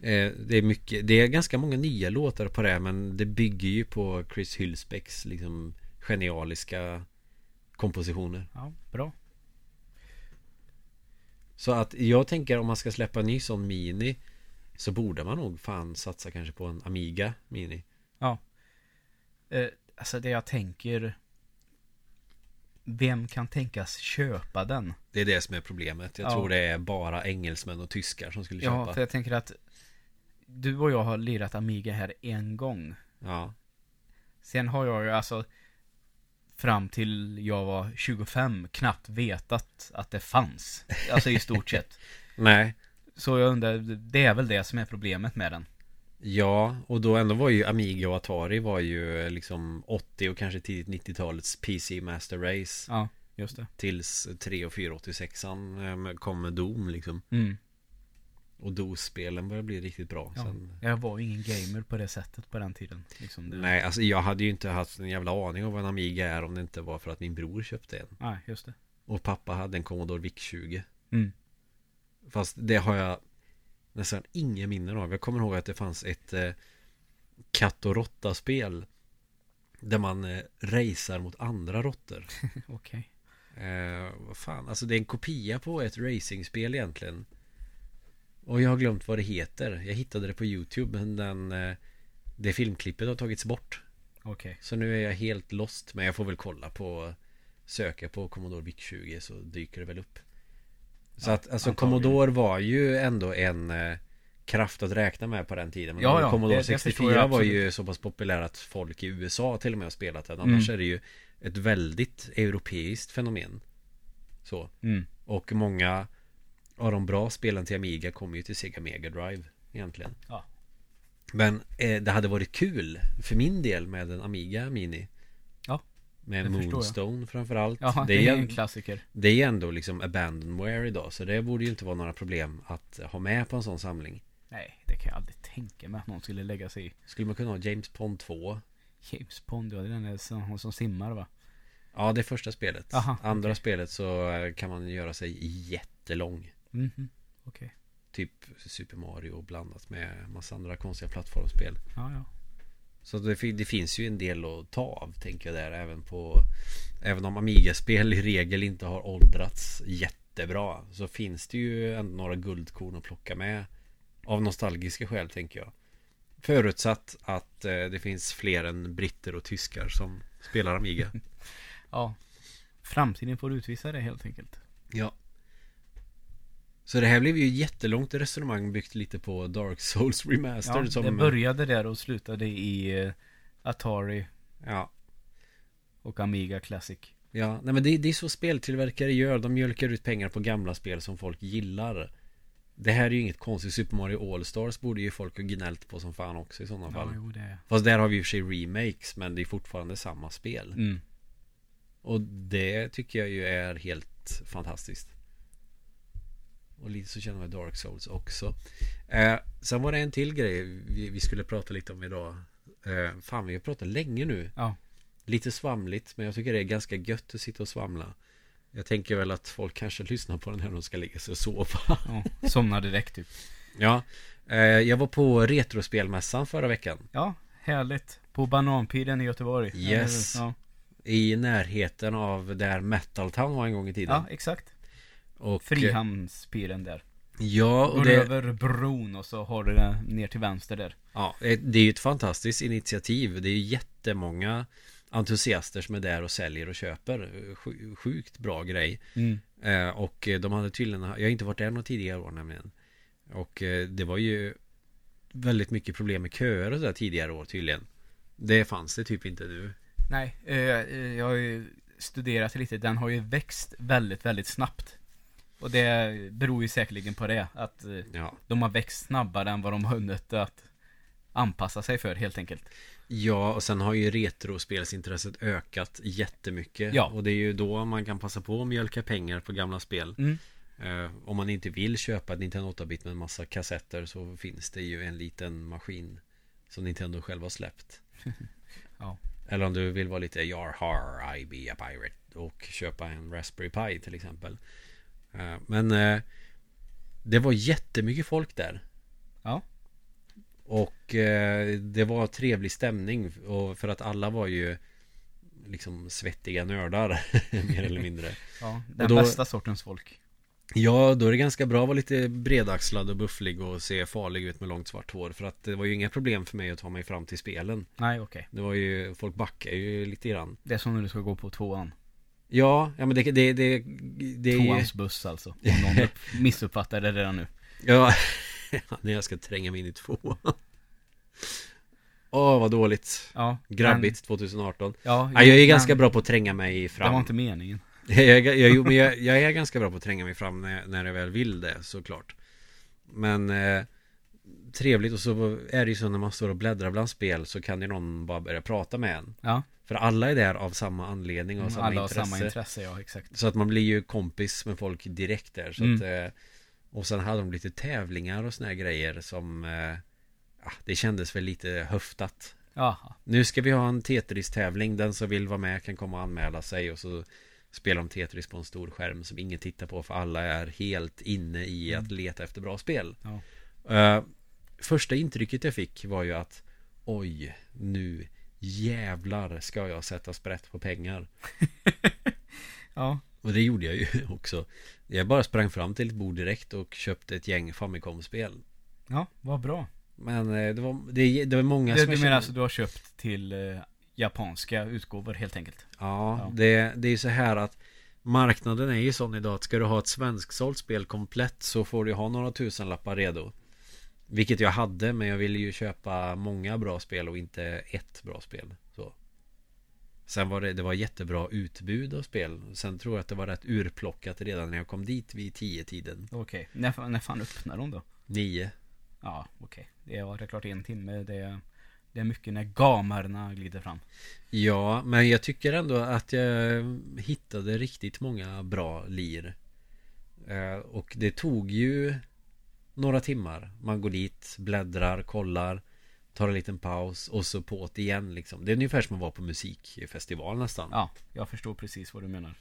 Eh, det, är mycket, det är ganska många nya låtar på det här, men det bygger ju på Chris Hylsbecks liksom genialiska kompositioner.
Ja, bra.
Så att jag tänker om man ska släppa en ny sån mini så borde man nog fan satsa kanske på en Amiga Mini.
Eh, alltså det jag tänker Vem kan tänkas köpa den?
Det är det som är problemet. Jag
Ja.
tror det är bara engelsmän och tyskar som skulle köpa.
Ja, för jag tänker att Du och jag har lirat Amiga här en gång
Ja.
Sen har jag ju alltså Fram till jag var 25 knappt vetat att det fanns Alltså i stort [laughs] sett
Nej.
Så jag undrar, det är väl det som är problemet med den
Ja, och då ändå var ju Amiga och Atari var ju liksom 80 och kanske tidigt 90-talets PC Master Race
Ja, just det
tills 3 och 486an eh, kom med Doom liksom.
mm.
Och DOS-spelen började bli riktigt bra
ja.
sen.
Jag var ju ingen gamer på det sättet på den tiden liksom det...
Nej, alltså jag hade ju inte haft en jävla aning om vad en Amiga är om det inte var för att min bror köpte en.
Nej, just det
Och pappa hade en Commodore VIC-20.
mm.
Fast det har jag nästan inga minnen av. Jag kommer ihåg att det fanns ett eh, katt och råtta-spel. Där man eh, racear mot andra råttor.
[laughs] Okej
Eh, vad fan, alltså det är en kopia på ett racingspel egentligen. Och jag har glömt vad det heter. Jag hittade det på YouTube men den, eh, det filmklippet har tagits bort.
Okej
Så nu är jag helt lost men jag får väl kolla på söka på Commodore VIC-20 så dyker det väl upp. Så
Ja,
att alltså
antagligen.
Commodore var ju ändå en eh, kraft att räkna med på den tiden. Men
Ja, ja,
Commodore
det- det förstår
64
jag
var ju så pass populär att folk i USA till och med har spelat den. Annars
Mm.
är det ju ett väldigt europeiskt fenomen. Så.
mm.
Och många av de bra spelen till Amiga kom ju till Sega Mega Drive egentligen.
Ja.
Men eh, det hade varit kul för min del med en Amiga Mini.
Ja,
Med
det förstår jag.
Moonstone framförallt.
Ja,
det, är ju-
en klassiker
det är ju ändå liksom abandonware idag. Så det borde ju inte vara några problem att ha med på en sån samling.
Nej, det kan jag aldrig tänka mig att någon skulle lägga sig i.
Skulle man kunna ha James Pond 2?
James Bond, ja det är den där som, hon som simmar va?
Ja, det är första spelet.
Aha,
Andra
okej.
spelet så eh, kan man göra sig jättelång.
Mhm, okej.
Typ Super Mario blandat med massa andra konstiga plattformsspel.
Ja, ja.
Så att det, fin- det finns ju en del att ta av tänker jag där även på Även om Amiga-spel i regel inte har åldrats jättebra Så finns det ju ändå några guldkorn att plocka med Av nostalgiska skäl tänker jag Förutsatt att eh, det finns fler än britter och
[laughs]
tyskar som spelar Amiga
Ja. Framtiden får utvisa det helt enkelt.
Ja. Så det här blev ju jättelångt resonemang byggt lite på Dark Souls Remastered
Ja,
som...
det började där och slutade i eh, Atari
Ja.
och Amiga Classic.
Ja, nej men det, det är så speltillverkare gör. De mjölkar ut pengar på gamla spel som folk gillar. Det här är ju inget konstigt. Super Mario All-Stars borde ju folk ha gnällt på som fan också i sådana fall.
Ja, jo, det är.
Fast där har vi ju i och för sig remakes, men det är fortfarande samma spel.
Mm.
Och det tycker jag ju är helt fantastiskt. Och lite så känner jag med Dark Souls också. Eh, sen var det en till grej vi, vi skulle prata lite om idag. Eh, fan, vi har pratat länge nu.
Ja.
Lite svamligt, men jag tycker det är ganska gött att sitta och svamla. Jag tänker väl att folk kanske lyssnar på den här när de ska lägga sig och sova. [laughs]
ja. Somnar direkt typ.
ja, eh, jag var på Retrospelmässan förra veckan.
Ja, härligt. På Bananpiren i Göteborg.
Yes.
Ja,
I närheten av där Metal Town var en gång i tiden.
ja exakt.
och, eh,
Frihamnspiren där.
Ja, och
Går
det...
över bron och så har du den ner till vänster där.
Ja, eh, det är ju ett fantastiskt initiativ. Det är ju jättemånga entusiaster som är där och säljer och köper. Eh, sju- Sjukt bra grej. Eh, Och eh, de hade tydligen, jag har inte varit där några tidigare år nämligen. Och eh, det var ju väldigt mycket problem med köer och sådär tidigare år tydligen. Det fanns det typ inte nu.
Nej, eh, eh, jag har ju studerat lite. Den har ju växt väldigt, väldigt snabbt. Och det beror ju säkerligen på det. Att eh,
Ja,
de har växt snabbare än vad de har hunnit att anpassa sig för helt enkelt.
ja och sen har ju retrospelsintresset ökat jättemycket.
Ja.
Och det är ju då man kan passa på att mjölka pengar på gamla spel. Eh, om man inte vill köpa ett Nintendo 8-bit med en massa kassetter så finns det ju en liten maskin som Nintendo själv har släppt.
Ja.
Eller om du vill vara lite jar har I be a pirate och köpa en Raspberry Pi till exempel. Eh, men eh, det var jättemycket folk där.
Ja.
Och eh, det var trevlig stämning och för att alla var ju liksom svettiga nördar [laughs] mer eller mindre.
ja den
Och då-
bästa sortens folk.
Ja, då är det ganska bra att vara lite bredaxlad och bufflig och se farlig ut med långt svart hår. För att det var ju inga problem för mig att ta mig fram till spelen.
Nej, okej.
Det var ju, folk backar ju lite grann.
Det är som när du ska gå på tvåan.
Ja, ja men det, det, det, det är ju...
Tvåans buss alltså. Om
[laughs]
någon upp- missuppfattar det redan nu.
Ja, [laughs] när jag ska tränga mig in i tvåan. Åh, vad dåligt.
Ja, men-
Grabbigt 2018.
ja,
Nej, jag är
men
ganska bra på att tränga mig
Det var
fram.
inte meningen.
Jag, är- jag, jo, men jag, jag är ganska bra på att tränga mig fram när, jag- när jag väl vill det såklart. Men eh, trevligt och så är det ju så när man står och bläddrar bland spel så kan ju någon bara börja prata med en.
Ja,
För alla är där av samma anledning och av samma
Mm, alla har
intresse.
samma intresse, ja exakt.
Så att man blir ju kompis med folk direkt där. Så
Mm.
att, eh, och sen hade de lite tävlingar och såna här grejer som eh, ah, det kändes väl lite höftat.
Jaha.
Nu ska vi ha en Tetris-tävling. Den som vill vara med kan komma och anmäla sig och så spelar de Tetris på en stor skärm som ingen tittar på för alla är helt inne i att leta efter bra spel.
Mm. Ja.
Eh, första intrycket jag fick var ju att oj, nu jävlar ska jag sätta sprätt på pengar.
Ja.
Och det gjorde jag ju [laughs] också. Jag bara sprang fram till ett bord direkt och köpte ett gäng Famicom-spel.
Ja, vad bra.
Men eh, det var, det, det var många
Du,
som jag
du
kände-
menar alltså du har köpt till eh, japanska utgåvor helt enkelt?
Ja,
Ja.
Det, det är ju så här att Marknaden är ju sån idag att ska du ha ett svensksålt spel komplett så får du ha några tusenlappar redo Vilket jag hade men jag ville ju köpa många bra spel och inte ett bra spel så. Sen var det, det var jättebra utbud av spel Sen tror jag att det var rätt urplockat redan när jag kom dit vid tio tiden
Okej. När, fa- när fan öppnar de då?
Nio
Ja, okej. Det var det är klart en timme. Det är, det är mycket när gamarna glider fram.
Ja, men jag tycker ändå att jag hittade riktigt många bra lir. Eh, Och det tog ju några timmar. Man går dit, bläddrar, kollar, tar en liten paus och så på det igen liksom. Det är ungefär som att vara på musikfestival nästan.
Ja, jag förstår precis vad du menar.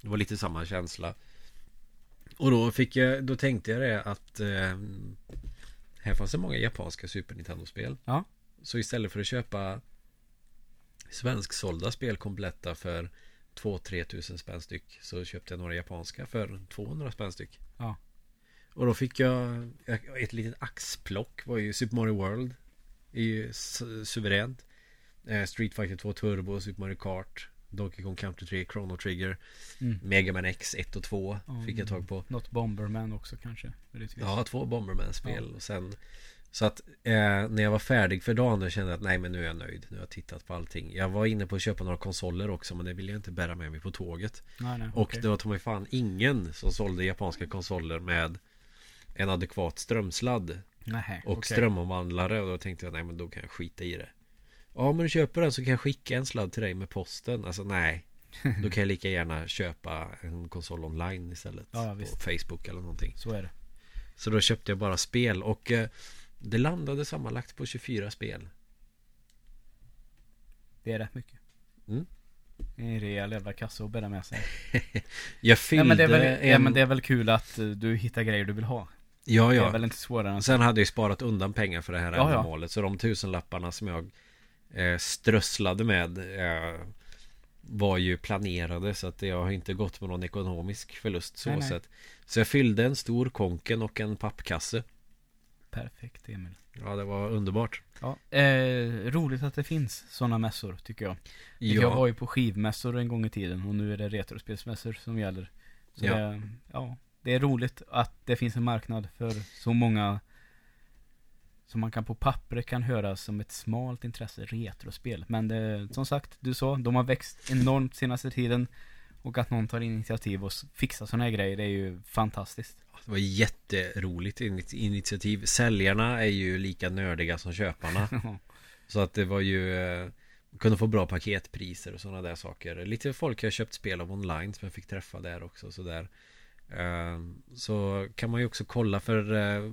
Det var lite samma känsla. Och då fick jag, då tänkte jag det att eh, här fanns det många japanska Super Nintendo-spel.
Ja.
Så istället för att köpa svensksålda spel kompletta för 2-3 tusen spänn styck så köpte jag några japanska för 200 spänn styck.
Ja.
Och då fick jag jag- ett litet axplock var ju Super Mario World. Är ju su- suveränt. Eh, Street Fighter 2 Turbo, Super Mario Kart, Donkey Kong Country 3, Chrono Trigger,
Mm.
Mega Man X 1 och 2
Ja,
fick jag tag på.
Något Bomberman också kanske. typ- möjligtvis.
Ja, två Bomberman-spel och sen Så att eh, när jag var färdig för dagen då kände jag att nej men nu är jag nöjd Nu har jag tittat på allting Jag var inne på att köpa några konsoler också men det ville jag inte bära med mig på tåget
Nej, nej,
Och
okej.
det var ta mig fan ingen som sålde japanska konsoler med En adekvat strömsladd
Nähä,
och
okej.
strömomvandlare och då tänkte jag nej men då kan jag skita i det Ja men du köper den så kan jag skicka en sladd till dig med posten Alltså nej Då kan jag lika gärna köpa en konsol online istället
[laughs] Ja,
På
visst.
Facebook eller någonting
Så är det.
så då köpte jag bara spel och eh, det landade sammanlagt på 24 spel.
Det är rätt mycket.
Mm.
Det är En rejäl jävla kasse att bära med sig.
Jag
Ja
fyllde
men, det är väl,
en...
ja men det är väl kul att eh, du hittar grejer du vill ha.
ja,
Det är
ja.
väl inte svårare än så.
Sen hade jag ju sparat undan pengar för det här
Ja, ja.
ändamålet. Så de tusenlapparna som jag eh, strösslade med eh, var ju planerade. Så att jag har inte gått med någon ekonomisk förlust så
Nej, nej.
sett. Så jag fyllde en stor konken och en pappkasse.
Perfekt Emil.
Ja, det var underbart.
Ja. Eh, roligt att det finns sådana mässor tycker jag. Jag var ju på skivmässor en gång i tiden och nu är det retrospelsmässor som gäller. Så
Ja.
Det, ja, det är roligt att det finns en marknad för så många som man kan på papper kan höra som ett smalt intresse, retrospel. Men det, som sagt, du sa, de har växt enormt senaste tiden. Och att någon tar initiativ och s- fixar sådana här grejer, det är ju fantastiskt.
Det var jätteroligt init- initiativ. Säljarna är ju lika nördiga som köparna. Så att det var ju eh, Kunde få bra paketpriser och sådana där saker Lite folk har köpt spel av online som jag fick träffa där också och sådär Eh, Så kan man ju också kolla för eh,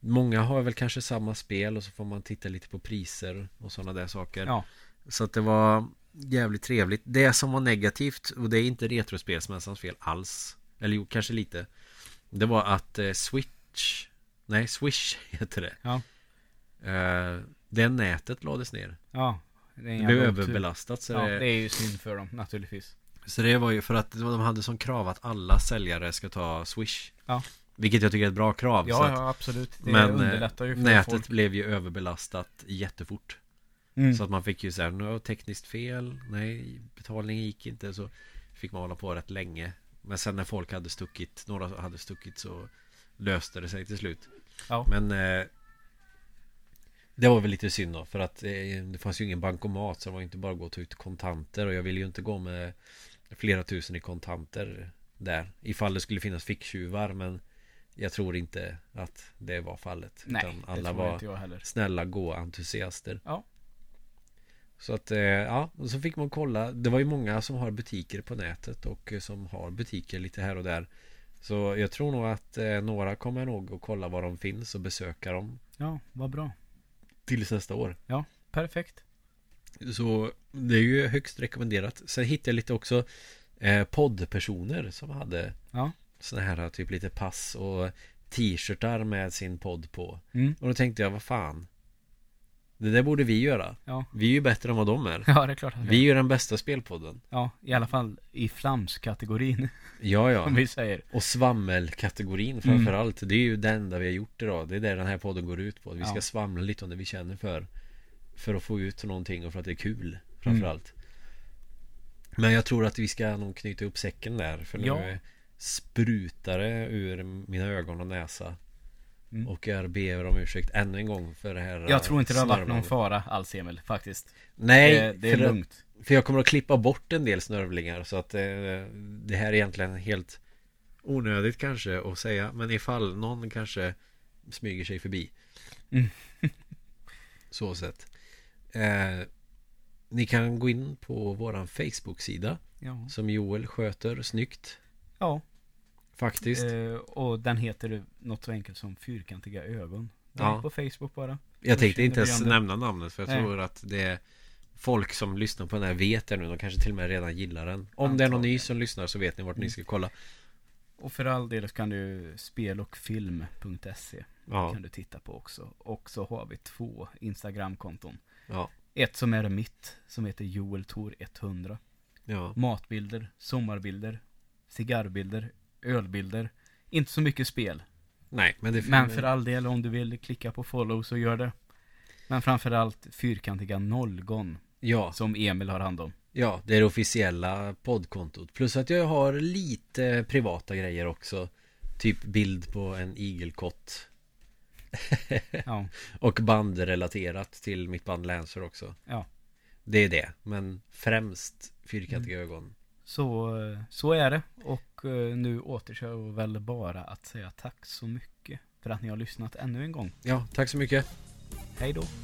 Många har väl kanske samma spel och så får man titta lite på priser och sådana där saker
ja,
Så att det var jävligt trevligt Det som var negativt och det är inte Retrospelsmässans fel alls Eller jo, kanske lite Det var att eh, Switch Nej, Swish [laughs] heter det
ja,
Eh, Det nätet lades ner
ja. Det är en
det blev
jävla otur.
överbelastat så,
Ja,
det,
det är ju synd för dem naturligtvis.
så det var ju för att de hade som krav att alla säljare ska ta Swish
Ja.
Vilket jag tycker är ett bra krav så
Ja,
att,
ja absolut. Det
Men, eh,
underlättar ju för
Nätet
folk.
blev ju överbelastat jättefort
Mm.
Så att man fick ju såhär, nu har jag tekniskt fel Nej, betalningen gick inte så Fick man hålla på rätt länge Men sen när folk hade stuckit, några hade stuckit så Löste det sig till slut
Ja.
Men eh, Det var väl lite synd då för att eh, det fanns ju ingen bankomat så det var ju inte bara att gå och ta ut kontanter och jag ville ju inte gå med Flera tusen i kontanter Där Ifall det skulle finnas ficktjuvar men Jag tror inte att det var fallet
Nej,
utan
det
alla
tror
var
inte jag heller.
snälla gå entusiaster
Ja.
Så att eh, ja, och så fick man kolla Det var ju många som har butiker på nätet och eh, som har butiker lite här och där Så jag tror nog att eh, några kommer nog att kolla var de finns och besöka dem
Ja, vad bra.
Tills nästa år
Perfekt.
Så det är ju högst rekommenderat Sen hittade jag lite också eh, poddpersoner som hade
Ja.
såna här typ lite pass och t-shirtar med sin podd på
Mm.
Och då tänkte jag, vad fan Det där borde vi göra
Ja.
Vi är ju bättre än vad de [laughs] är
[laughs] Ja, det är klart att
Vi är ju den bästa spelpodden
Ja, i alla fall i flamskategorin,
[laughs] Ja,
om
ja
vi säger.
Och
Mm.
svammelkategorin framförallt Det är ju det enda vi har gjort idag Det är det den här podden går ut på Vi ska
Ja.
svamla lite om det vi känner för För att få ut någonting och för att det är
Mm.
kul Framförallt Men jag tror att vi ska nog knyta upp säcken där För nu
Ja.
sprutar det ur mina ögon och näsa
Mm.
Och jag ber om ursäkt ännu en gång för det här
Jag tror inte det har varit någon
snörvlandet.
fara alls, Emil, faktiskt.
Nej,
det, det är
för att-
lugnt.
För jag kommer att klippa bort en del snörvlingar så att eh, det här är egentligen helt onödigt kanske att säga men ifall någon kanske smyger sig förbi.
Mm.
[laughs] så sett. Eh, ni kan gå in på våran Facebook-sida
Ja.
som Joel sköter snyggt
ja.
faktiskt.
Eh, och den heter något så enkelt som Fyrkantiga ögon. Den
Ja.
är på Facebook bara.
jag tänkte
känner
inte ens
igen det.
nämna namnet för jag
Nej.
tror att det är folk som lyssnar på den här vet det nu. De kanske till och med redan gillar den. Om det är någon ny
Antagligen.
som lyssnar så vet ni
Mm.
vart ni ska kolla.
Och för all del så kan du spelochfilm.se
Ja,
kan du titta på också. Och så har vi två Instagram-konton.
ja,
Ett som är mitt, som heter Joel Tor 100.
ja.
Matbilder, sommarbilder, cigarrbilder, ölbilder. Inte så mycket spel.
Nej, men det
Men för all del om du vill klicka på follow så gör det. Men framförallt fyrkantiga nollgon
Ja,
som Emil har hand om.
Ja, det är det officiella poddkontot. Plus att jag har lite privata grejer också. Typ bild på en igelkott.
Ja,
Och band relaterat till mitt band Lancer också.
Ja.
Det är det, men främst fyrkantiga
Mm.
ögon.
så, eh, så är det. Och eh, nu återstår väl bara att säga tack så mycket för att ni har lyssnat ännu en gång.
Ja, tack så mycket.
Hej då!